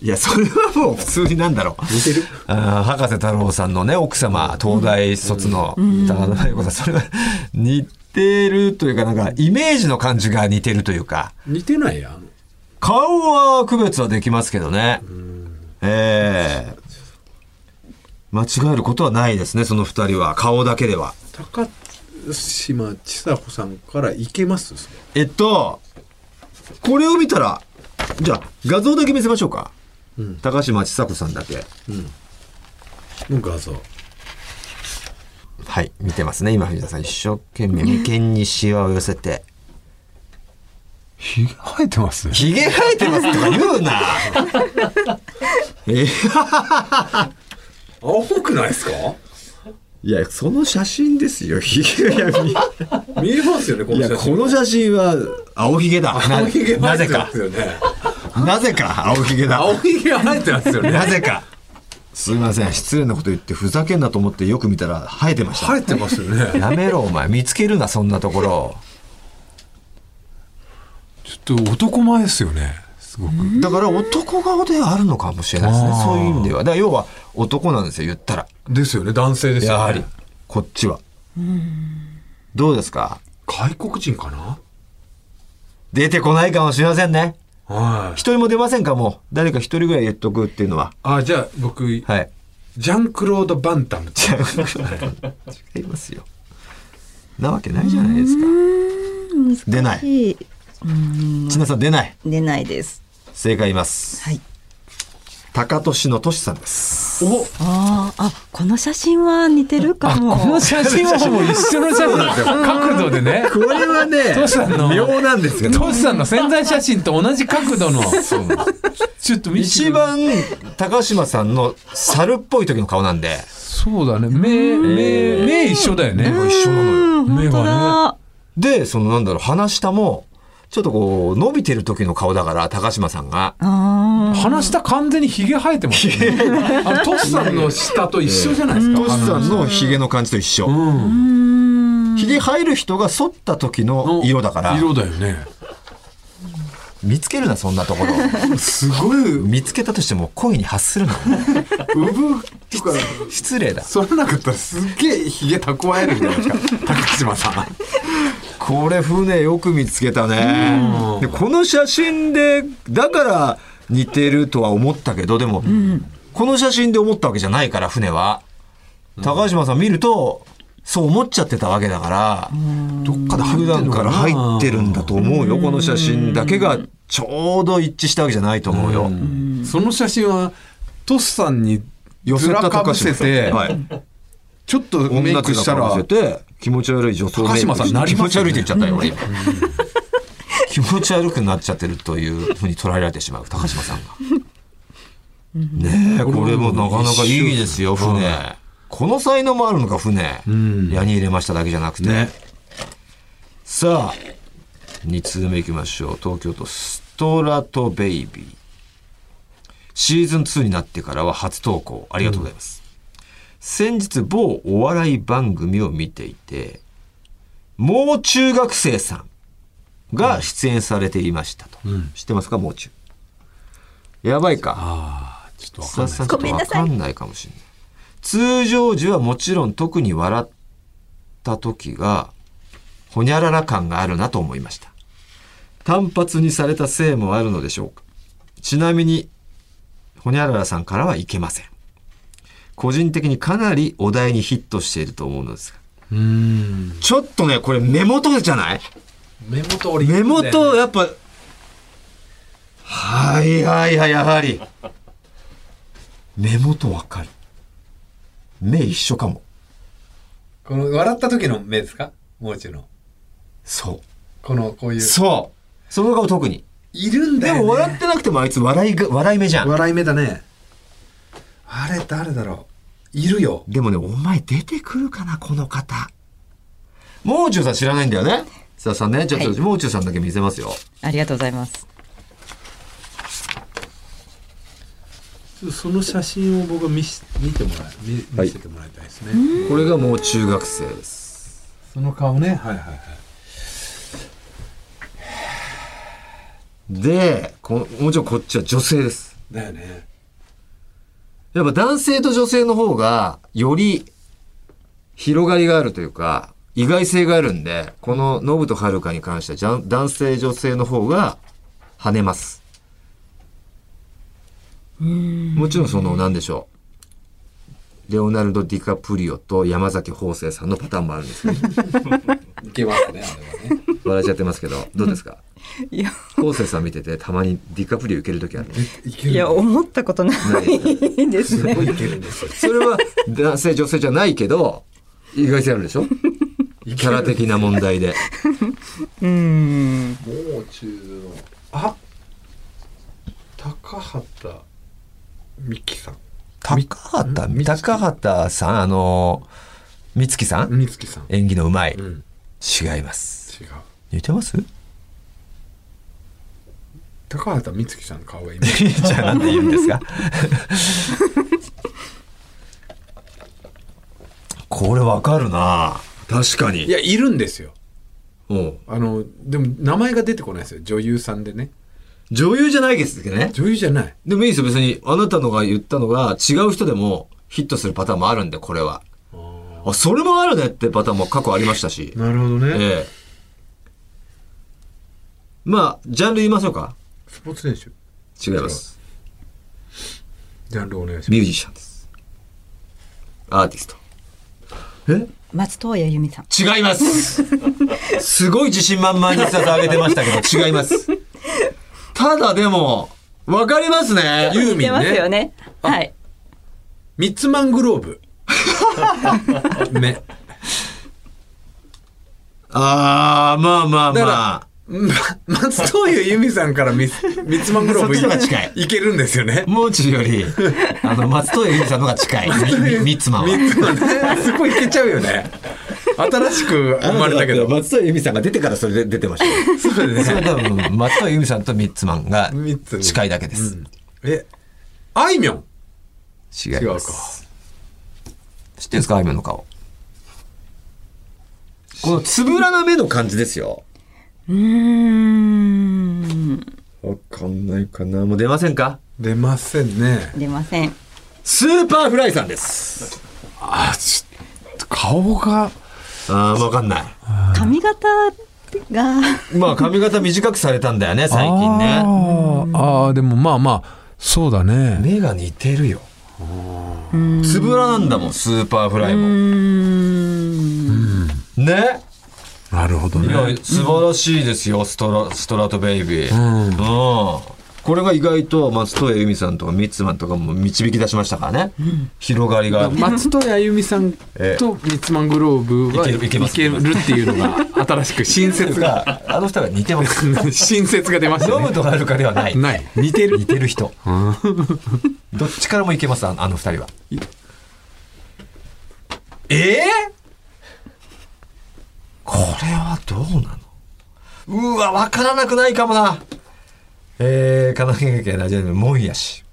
いや、それはもう普通になんだろう。
似てる
あー博士太郎さんのね、奥様、東大卒の高田真由子さん、それは似てるというか、なんか、イメージの感じが似てるというか、
似てないやあの
顔は区別はできますけどね。ええ間違えることはないですね、その二人は。顔だけでは。
高島千佐子さんからいけます
えっと、これを見たら、じゃあ、画像だけ見せましょうか。高島千佐子さんだけ。
の画像
はい、見てますね。今、藤田さん一生懸命眉間にシワを寄せて。
ひげ生えてます
ひげ生えてますとか言うなえ
青くないですか
いや、その写真ですよ。ひげいやみ
見えますよねこ
いや、この写真は、青ひげだ。な
青ひげ生
な
え
ぜ
てま
か
す。よね
なぜか、青ひげだ。
青ひげ生えてますよね
なぜか。すいません、失礼なこと言って、ふざけんなと思ってよく見たら生えてました。
生えてますよね
やめろ、お前。見つけるな、そんなところ。
ちょっと男前ですよねすごく
だから男顔ではあるのかもしれないですね
あ。ー
そういう意味では。だから要は男なんですよ、言ったら。
ですよね男性ですよ
や
ね
はり、こっちは。どうですか
外国人かな
出てこないかもしれませんね。
はい
一人も出ませんかもう。誰か一人ぐらい言っとくっていうのは。
あじゃあ僕、
はい。
ジャンクロード・バンタムって
違いますよ。なわけないじゃないですか。出ない
いい
千奈さん出ない。
出ないです
正解います。
はい
高俊の俊さんです。
お
あーあこの写真は似てるかも
写真はもう一緒の写真なんですよ角度でね
これはね
俊さんの
妙なんですけど。
トシさんの宣材写真と同じ角度のちょっと見て
一
ください
番高島さんの猿っぽい時の顔なんで。
そうだね目目目一緒だよね
一緒なのよ。
目
本当
がね
だ
で、そのなんだろう、鼻下も、ちょっとこう、伸びてる時の顔だから、高島さんが。
あ
鼻下完全にヒゲ生えてますよねあのトシさんの下と一緒じゃないですか
トシさんのヒゲの感じと一緒。
うん
ヒゲ生える人が剃った時の色だから、
色だよね
見つけるな、そんなところ。
すごい
見つけたとしても恋に発す るな。
産とか
失礼だ。
それなかったらすっげえヒゲ蓄えるんじゃないです か高島さん
これ、船よく見つけたね。でこの写真で、だから似てるとは思ったけど、でも、この写真で思ったわけじゃないから、船は。高島さん見ると、そう思っちゃってたわけだから。
どっかで
普段から入ってるんだと思うよこの写真だけがちょうど一致したわけじゃないと思うよ
その写真はトシさんに
寄せ
ずら
た
か
高
ぶ
島
せ
さ
て
んはい
ちょっとメイクしたら
女面かぶせて気持ち悪い女装メイク
高島さんなり
気持
ます
ち
よ
悪い
ね
って言っちゃったよ俺気持ち悪くなっちゃってるというふうに捉えられてしまう高島さんが。ねえこれもなかなかいいですよ船。この才能もあるのか船。矢に入れましただけじゃなくて。
ね
さあ2通目いきましょう東京都ストラトベイビーシーズン2になってからは初投稿ありがとうございます、先日某お笑い番組を見ていてもう中学生さんが出演されていましたと、知ってますかもう中やばいか
ああちょっとわかん
さ
ない
さんと
ごめん
わ
なさい
かんないかもしれない。通常時はもちろん特に笑った時が、ほにゃらら感があるなと思いました。単発にされたせいもあるのでしょうか。ちなみに、ほにゃららさんからはいけません。個人的にかなりお題にヒットしていると思うのですが。
うーん
ちょっとね、これ目元じゃない
目元俺
目元、やっぱ、はいはいはい、やはり。目元わかる。目一緒かも。
この笑った時の目ですかもう中の
そ
このこういう
う。そう。その顔特に。
いるんだ
で
よ、ね、
も笑ってなくてもあいつ笑いが、笑い目じゃん。
笑い目だねあれ誰だろういるよ
でもね、お前出てくるかな、この方。もう中さん知らないんだよね。さあさんね、ちょっと、もう中さんだけ見せますよ。
ありがとうございます。
その写真を僕は見し見てもらい見
はい
見せてもらいたいですね、
これがもう中学生です。
その顔ねはいはいはい
で、こもうちょんこっちは女性です。
だよね
やっぱ男性と女性の方が、より広がりがあるというか、意外性があるんで、このノブとハルカに関してはじゃん、男性女性の方が跳ねます。もちろんその、なんでしょう。レオナルド・ディカプリオと山崎邦生さんのパターンもあるんですけど、
いけますねあれはね
笑っちゃってますけど、どうですか
いや、
邦生さん見てて、たまにディカプリオいける時ある。
いけ
いや、思ったことないで すね。
いけるんですよ
それは男性女性じゃないけど、意外性あるでしょキャラ的な問題で。
うん。
もう中のあ高畑美希さん
高畑、高畑さん、あの、美月さん
美月さん
演技のうまい。
うん
違います。
違う
似てます
高畑美月さんの顔が 今
じゃあなんで言うんですか これわかるな確か
い
に。
やいるんですよ
うん
あのでも名前が出てこないですよ女優さんでね
女優じゃないですけどね。
女優じゃない
でもいいですよ、別に。あなたのが言ったのが違う人でもヒットするパターンもあるんで、これは。あ、それもあるねってパターンも過去ありましたし。
なるほどね
ええ。まあ、ジャンル言いましょうか
スポーツ選手
違います。
ジャンルお願いし
ミ
ま
ュージシャンです。アーティスト。
松任谷由実さん
違います すごい自信満々にさ上げてましたけど、違います。ただでも、わかりますね。
すユーミ
出
ン
ますよ
ね
ねはい
ミッツマングロー ブね
あー、まあまあまあ
だか。ら、ま松任谷由実さんからミスミッツマングローブ
そっちの方が近い
いけるんですよね
もう中より、あの、松任谷由実さんの方が近い。みみミッツマンは。
ミッツマンねすごいいけちゃうよね新しく生まれたけど
松任谷由実さんが出てからそれで出てましたよ。
そ う
そ
だ
れ
ね
多分、松任谷由実さんとミッツマンが
ミッツマン
近いだけで
う
す。
んえあいみょん
違い
違う
ま
か
す。知ってるんですかあいみょんの顔。このつぶらな目の感じですよ。
うーん
わかんないかな。もう出ませんか
出ませんね
出ません
スーパーフライさんです。
あちょっと顔が
あー、わかんない。
髪型が
まあ、髪型短くされたんだよね、最近ね。
ああでもまあまあそうだね
目が似てるよ。つぶらなんだもん、スーパーフライも。
うーん
ね
なるほど
いや素晴らしいですよ、ストラストラトベイビー、うんこれが意外と松任谷由実さんとかミッツマンとかも導き出しましたからね、広がりが
松任谷由実さんとミッツマングローブはい
けるいけます
けるっていうのが新しく新説 が
があの二人が似てます
新説が出ました
飲
ね
むとかるかでは ない
ない
似てる似てる人どっちからもいけますあのあの二人はええこれはどうなのうわわからなくないかもなえー、神奈川県ラジオネームもんやし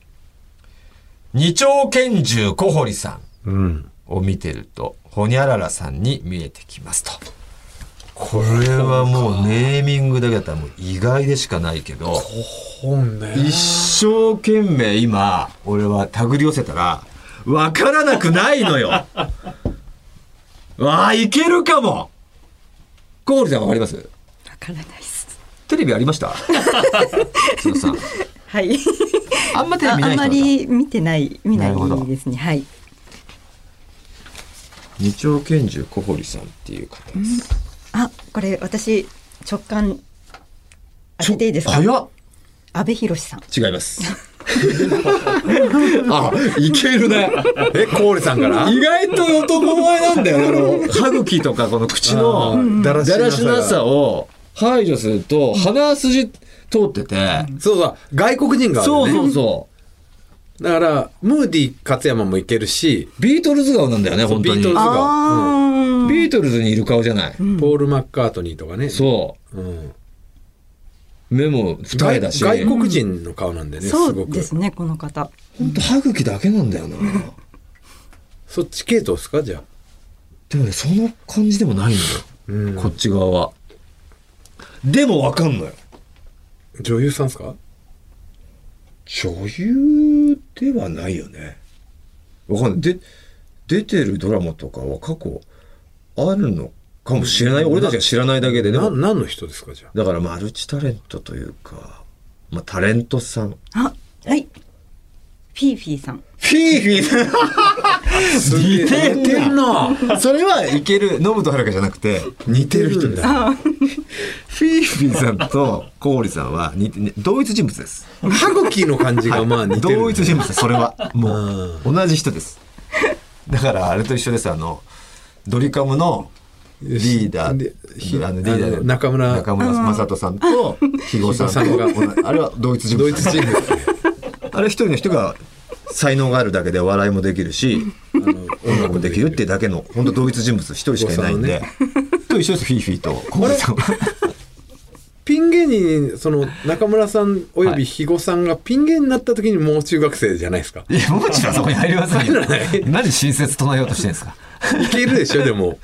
二丁拳銃小堀さん
うん
を見てると、ほにゃららさんに見えてきますと。これはもうネーミングだけだったらもう意外でしかないけど、
本ね
一生懸命今、俺は手繰り寄せたら、わからなくないのよ わあ、いけるかもコールさんわかります
わからないです。
テレビありました つよさん
はい。
あんまテレ
あ
ビ見な
あんま
い人だった
り見てない、見な
なるほど
いですね。はい。
二丁拳銃小堀さんっていう方です。
あ、これ私直感当てていいですか。
早っ
安倍博さん。
違います。 あ、いけるね。
えコールさんから
意外と男前なんだよ。あの、歯茎とかこの口
あー
の
だらしな
だら
さ
しなさを排除すると、鼻筋通ってて、
そうそう外国人がある
そう
よね
そうそう。
だからムーディ勝山もいけるし
ビートルズ顔なんだよね、
そう
本当に
ビー。トルズ
あ
ビートルズにいる顔じゃない。
ポール・マッカートニーとかね
そ
うん
う。目も二重だし。
外国人の顔なんで
あ、
ね
そ
すご
う
く
ですね。この方。
本当歯茎だけなんだよな。
そっち系統ですかじゃあ
でもね、その感じでもないのよ。
うん
こっち側は。でもわかんのよ。
女優さんですか
女優ではないよね。わかんない。で、出てるドラマとかは過去あるのかもしれない。俺たちが知らないだけで。で
な
も、
何の人ですかじゃあ
だからマルチタレントというか、まあタレントさん。フ
あ、はい。フィーフィーさん。
ィーフィー
すげえ
似てん
な
それはいける、ノブとはるかじゃなくて、似てる人です。フィーフィーさんとコーリさんは似て、ね同一人物です。
歯茎の感じがまあ似てる、
同一人物ですそれはもう同じ人ですだからあれと一緒ですあのドリカムのリーダー
でひ
あのリーダー
あ
で
の中村
中村正人さんと肥後さん
肥後さん
とあれは同一人
ド
物
イツ人物ね
あれ一人の人が才能があるだけで笑いもできるし音楽もできるってだけの本当同一人物一人しかいないんで、と一緒ですフィーフィーとコーリさんは
ピン芸人その中村さんおよび肥後さんがピン芸になった時にもう中学生じゃないですか
いやもうちろんそこに入りませんよ何親切唱えようとしてるんですか
いけるでしょでも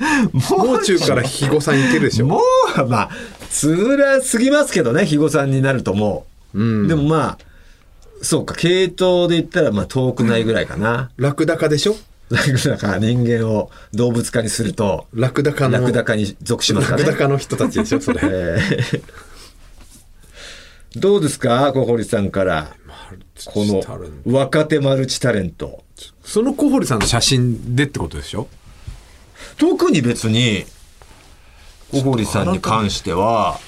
もう中から肥後さんいけるでしょ
もうまあ辛すぎますけどね肥後さんになるともう、
うん
でもまあそうか系統で言ったらまあ遠くないぐらいかな、
ラクダ化でしょ
だから人間を動物化にすると
ラクダ化の
ラクダ化に属しますか
ラ
ら
クダ
ね
化の人たちでしょそれ
えーどうですか小堀さんからこ
タレン
の若手マルチタレント
その小堀さんの写真でってことでしょ
特に別に小堀さんに関しては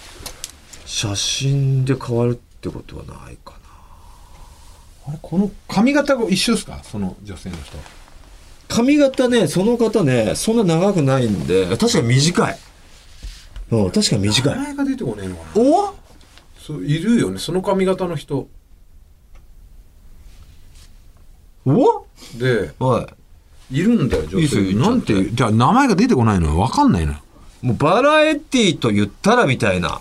写真で変わるってことはないかな
あれこの髪型が一緒ですかその女性の人
髪型ねその方ねそんな長くないんで確かに短いうん確かに
名
短い
前が出てこねえのかな
お
そういるよねその髪型の人
お
で
おい
いるんだよ
いい
女
っすよ
性
言っちゃって
じゃあ名前が出てこないのよ分かんないのよ
もうバラエティーと言ったらみたいな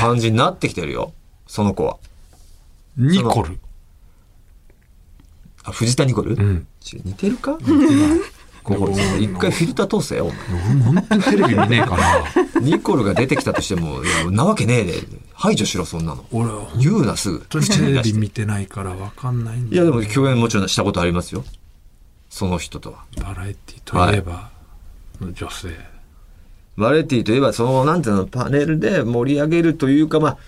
感じになってきてるよその子は
ニコル
あ藤田ニコル、
ん
ち似てるか小堀さん一回フィルター通せよお前
本当にテレビ見ねえかな
ニコルが出てきたとしても、いやなわけねえで、排除しろ、そんなの。
俺は本
言うな、すぐ。
当にテレビ見てないから分かんないんだ
いや、でも共演もちろんしたことありますよ。その人とは。
バラエティといえばの女性、
バラエティといえば、その、なんていうの、パネルで盛り上げるというか、まあ、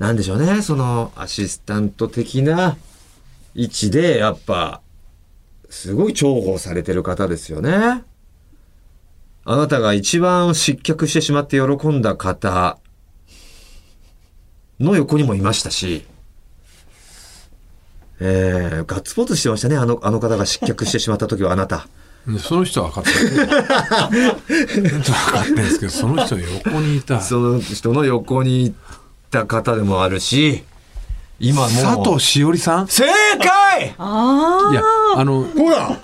なんでしょうね、その、アシスタント的な位置で、やっぱ、すごい重宝されてる方ですよね。あなたが一番失脚してしまって喜んだ方の横にもいましたし、えー、ガッツポーズしてましたねあのあの方が失脚してしまった時はあなた
その人は分かってる分かってるんですけどその人横にいた
その人の横に行った方でもあるし今もう
佐藤しおりさん
正解
あ
いやあの
ほら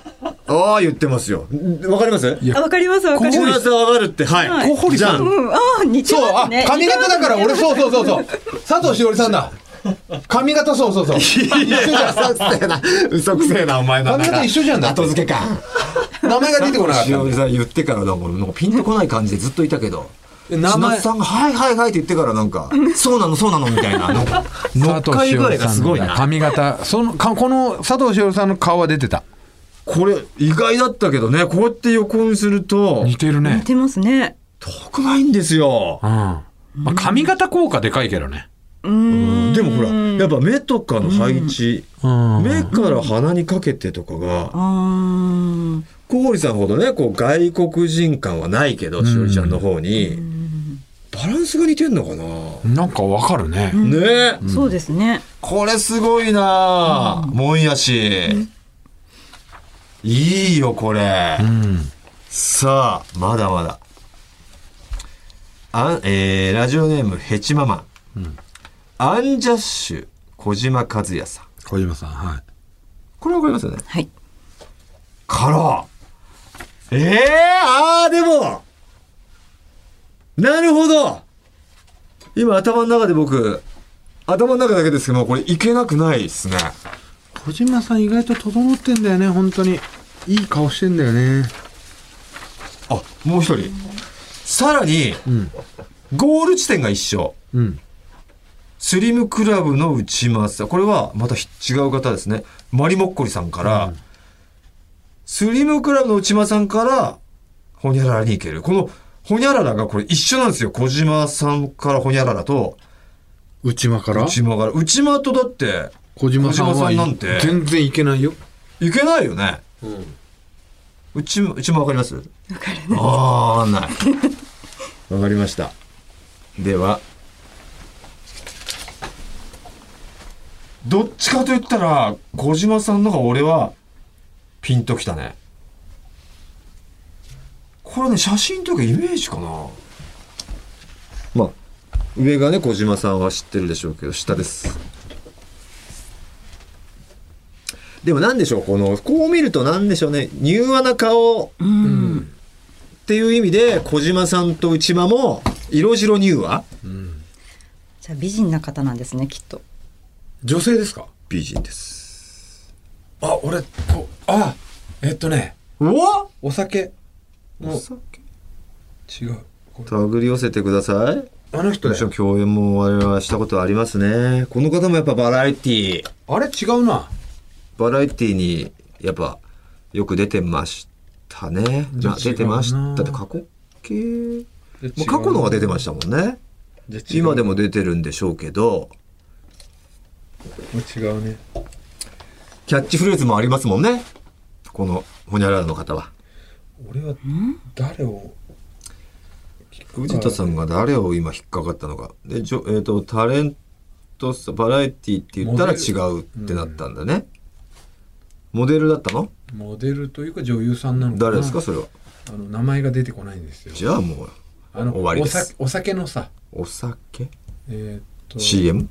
ああ言ってますよわかります
いや
あ。わかりますわかり
小
ま
堀
す。
さんわかるってはい、
はい小
堀さん
じゃ
うん、ああ似て
そう、
ま
あ
すね。、
髪型だから、俺、
う。
そうそうそうそう。佐藤しおりさんだ。髪型、そうそうそう。
いや嘘くせえな嘘くせえなお前の
髪型一緒じゃんだって
後付けか
名前が出てこなかった
しお。りさん言ってからだもんなんかピンとこない感じでずっといたけど
え
名
名前
前さんが「はいはいはい」って言ってからなんか「そうなのそうなの」みたい ななんか乗っかり具合がすごい
佐藤栞里さんの
な
髪型、その、かこの佐藤しおりさんの顔は出てた。
これ意外だったけどねこうやって横にすると
似てる
似
ね。
てますね。
遠くないんですよ
うん。まあ、髪型効果でかいけどね。
うーん。
でもほらやっぱ目とかの配置
うん
目から鼻にかけてとかが
あ
小堀さんほどねこう外国人感はないけどしおりちゃんの方にバランスが似てんのかな
なんかわかるね。
ねえ
あ、そうですね。
これすごいなあもんやしいいよこれ
うん。
さあまだまだあん、えーラジオネームヘチママン、アンジャッシュ小島和也さん
小島さん、はい。
これわかりますよね
はい。
からええあーでもなるほど今頭の中で僕頭の中だけですけどもうこれいけなくないですね
小島さん意外と整ってんだよね、本当に。いい顔してんだよね。
あもう一人さらに
うん。
ゴール地点が一緒
うん。
スリムクラブの内松さん。これはまたひ違う方ですね。マリモッコリさんから、スリムクラブの内松さんから、ホニャララに行ける。この、ホニャララがこれ一緒なんですよ。小島さんからホニャララと、
内間から
内間から。内間とだって、
小島さん
小島
は
さんなんて
全然いけないよ。
いけないよね。内間、内間わかりますわからない。ああ、わかんない。 わかりました。では、どっちかと言ったら、小島さんの方が俺は、ピンときたね。これね、写真というかイメージかな。まあ、上がね、小島さんは知ってるでしょうけど、下です。でもなんでしょう、この、こう見るとなんでしょうね、柔和な顔
うん。
っていう意味で、小島さんと内間も、色白柔和
じゃあ美人な方なんですね、きっと。
女性ですか
美人です。
あ、俺、こあ、えっとね、
お
お酒の
酒
違う。こ
手繰り寄せてください。
れあの人
も
で
ちろん共演も我々はしたことありますね。この方もやっぱバラエティー、
あれ違うな。
バラエティーにやっぱよく出てましたね。
じゃあ
な出てまし
違うな
たって過去系
も
まあ、過去のが出て
ま
ましたもんね。
す
今でも出てるんでしょうけど、
違うね。
キャッチフレーズもありますもんね。このホニャララの方は。
俺は誰を
藤田さんが誰を今引っかかったのか。で、じょえっ、と、タレントさ、バラエティって言ったら違うってなったんだね。モデルだったの
モデルというか女優さんなのな
誰ですかそれは。
あの名前が出てこないんですよ
じゃあもう、
あの
終わりです
お酒お酒のさ
お酒
えーっと
?CM?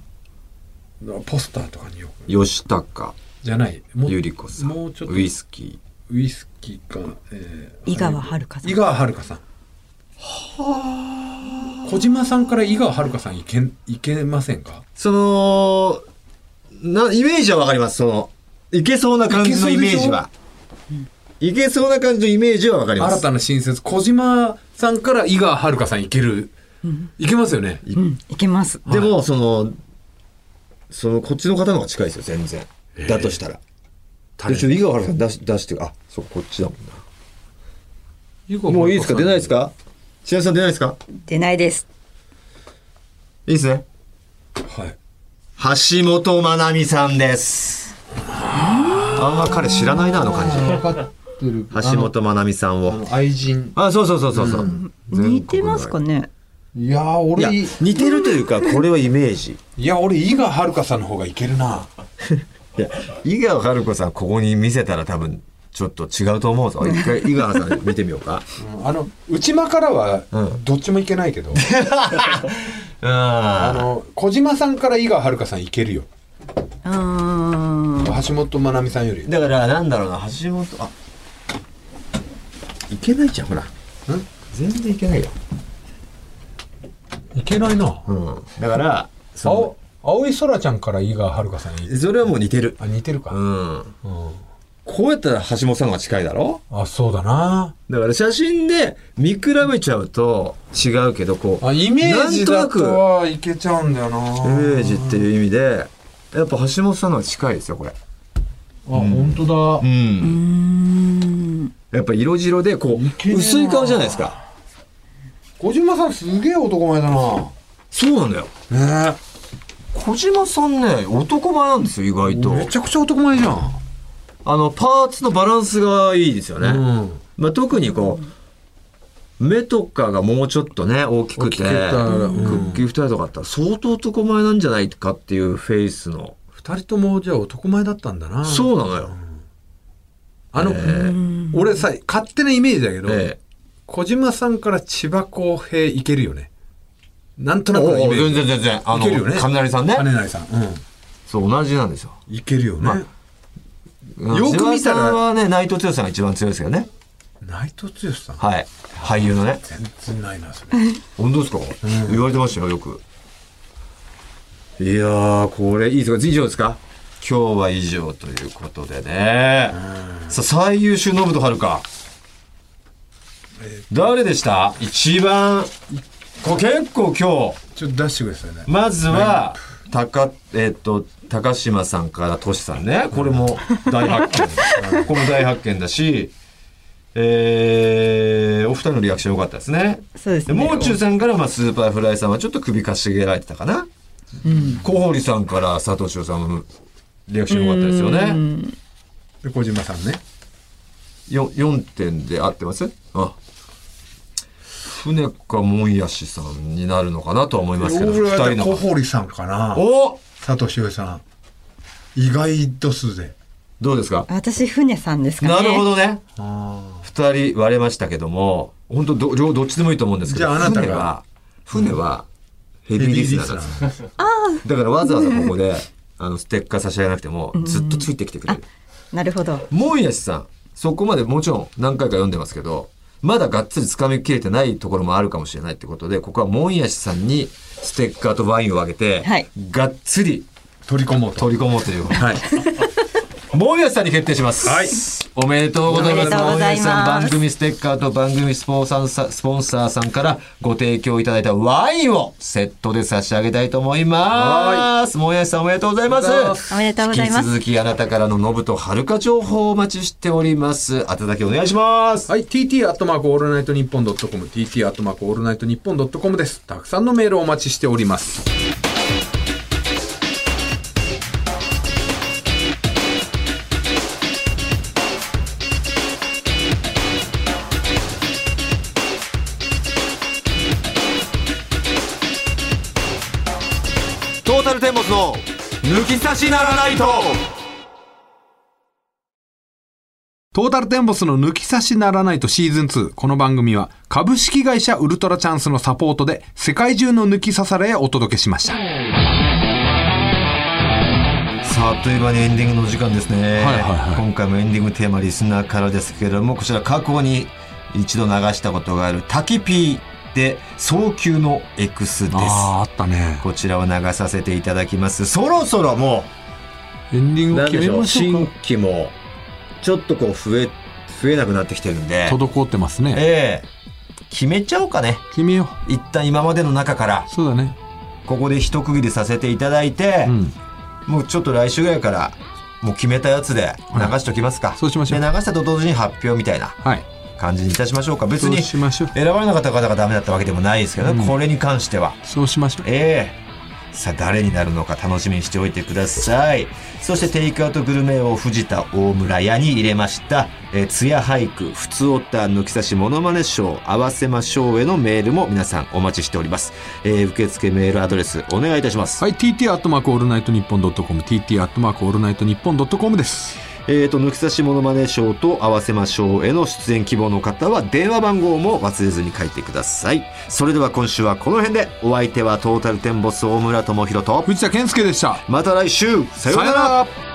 ポスターとかによく
吉高
じゃないも
由里子さん。
もうちょっと
ウイスキ
ウイスキーか、えー
井川遥さん
井川遥さん小島さんから井川遥さんいけいけませんか
ー。その、な、イメージはわかります。その、いけそうな感じのイメージは。いけそうな感じのイメージはわかりま
新
す
た。な新説小島さんから井川遥さんいける、いけますよね
うん。いけます。
でも、その、その、こっちの方の方が近いですよ、全然。だとしたら。でちょっと井川原さん出し出して、あ、そう、こっちだもんな。もういいですか出ないですか千奈さん出ないですか
出ないです。
いいですね。
はい
橋本まなみさんです。あんま彼知らないな、あの感じ。
分かってる
橋本まなみさん
あ
を。
の愛人
あ、そうそうそうそうそう。
似てますか
ね
ね。
いやー
いや
俺い、
似てるというか、これはイメージ。
いや俺井川遥さんの方がいけるな
いや井川春子さんここに見せたら多分ちょっと違うと思うぞ一回井川さん見てみようか
あの内間からはどっちもいけない けど、あ
あ
の小島さんから井川遥さんいけるよ
うーん
橋本まなみさんより
だからなんだろうな橋本あいけないじゃんほら全然いけないよ、
いけないな
うん、だから
青
そ
青い空ちゃんから井川遥さんい
のそれはもう似てる
あ似てるか、
うん
うん
こうやったら橋本さんが近いだろ
あそうだな
だから写真で見比べちゃうと違うけどこう
あイメージ
な
だ
ん
と
となく
はいけちゃうんだよな
イメージっていう意味でやっぱ橋本さんの方が近いですよこれ
あ本当だ、
うんやっぱ色白でこう
ねえな
薄い顔じゃないですか
小島さんすげえ男前だな
そうなんだよ
ね
小島さんね男前なんですよ意外
え
と
めちゃくちゃ男前じゃん
あのパーツのバランスがいいですよね、
うん
まあ、特にこう目とかがもうちょっとね大きく
大
て
きくてうん
くっきり二重とかあったら相当男前なんじゃないかっていうフェイスの、
二人ともじゃあ男前だったんだな
そうなのよ、
あの、俺さ勝手なイメージだけど、
ええ
小島さんから千葉公平いけるよねなんとなくの
お
イメ
お
ージ
全然全然あの
いけるよね
雷さんね
金成さん、う
そう同じなんですよ
ん、いけるよね、
まあ
よく見たら
千葉さんはね内藤剛さんが一番強いですけどね
内藤剛さん
はい俳優のね
全然ないなそれ
本当ですか、言われてましたよよくいやーこれいいですか以上ですか今日は以上ということでねさあ最優秀信と遥か誰でした一番こう結構今日
ちょっと出してくださいね
まずは高,、えっと高島さんからトシさんねこれも大発 見これも大発見だし、えーお二人のリアクション良かったですね。
そうです
で
ね
もう中さんから、まあ、スーパーフライさんはちょっと首かしげられてたかな。小堀さんから佐藤翔さんのリアクション良かったですよね。
で小島さんね
よ4点で合ってますあ船かもんやしさんになるのかなとは思いますけど、
俺
二
は
人
小
の。
堀さんかな
お
佐藤しおりさん意外と数で
どうですか
私船さんですかね
なるほどね。
あ
二人割れましたけども、本当ど両どっちでもいいと思うんですけど、
じゃああなたが
船は船はヘビーリスナーなんです。だからわざわざここであのステッカー差し上げなくてもずっとついてきてくれる。
なるほど
もんやしさん、そこまでもちろん何回か読んでますけど、まだがっつり掴みきれてないところもあるかもしれないってことで、ここはもんやしさんにステッカーとワインをあげて、
はい
がっつり
取り込もうと
取り込もうという。
はい
もんやしさんに決定します。
はい
おめでとうございま
おめ
す。
でとう
も
ご
んや
ざいます
しさん番組ステッカーと番組スポンサーさスポンサーさんからご提供いただいたワインをセットで差し上げたいと思います。もんやしさんおめでとうございま。
ありがとうございます
おめでとうございま
引き
す
続きあなたからのノブとはるか情報をお待ちしております。宛先お願いします。
はい、TT アットマークオールナイトニッポンドットコム、TT アットマークオールナイトニッポンドットコムです。たくさんのメールをお待ちしております。
トータルテンボスの抜き差しならないと。
トータルテンボスの抜き差しならないとシーズン2。この番組は株式会社ウルトラチャンスのサポートで世界中の抜き差されへお届けしました。はい
さあ、あっという間にエンディングの時間ですね。
はいはいはい
今回もエンディングテーマリスナーからですけれども、こちら過去に一度流したことがあるタキピーで早急の X です。
あ、あったね。
こちらを流させていただきます。そろそろも
エンディン
う、
グ
なん
決
でし
め
ょう、
ましょう
新
か。
規もちょっとこう増え、増えなくなってきてるんで、
滞ってますね。
ええ決めちゃおうかね。
決めよ
一旦今までの中から
う。、そうだね。
ここで一区切りさせていただいて、
うん。
もうちょっと来週ぐらいからもう決めたやつで流しときますか、
そうしましょう
で流したと同時に発表みたいな
はい。
感じにいたしましょうか別
そう
に
しましょう。
選ばれなかった方がダメだったわけでもないですけどね、
うん
これに関しては
そうしましょう。
ええさあ誰になるのか楽しみにしておいてくださいそしてテイクアウトグルメを藤田大村屋に入れました「えー、つや俳句ふつおた抜き差しものまねショー合わせましょう」へのメールも皆さんお待ちしております、えー受付メールアドレスお願いいたします、
はい、TT アットマークオールナイトニッポンドットコム、TT アットマークオールナイトニッポンドットコムです。
えー、と抜き差しものまねショーと合わせましょうへの出演希望の方は電話番号も忘れずに書いてくださいそれでは今週はこの辺でお相手はトータルテンボス大村智広と
藤田健介でした。
また来週さような
さような
ら
ら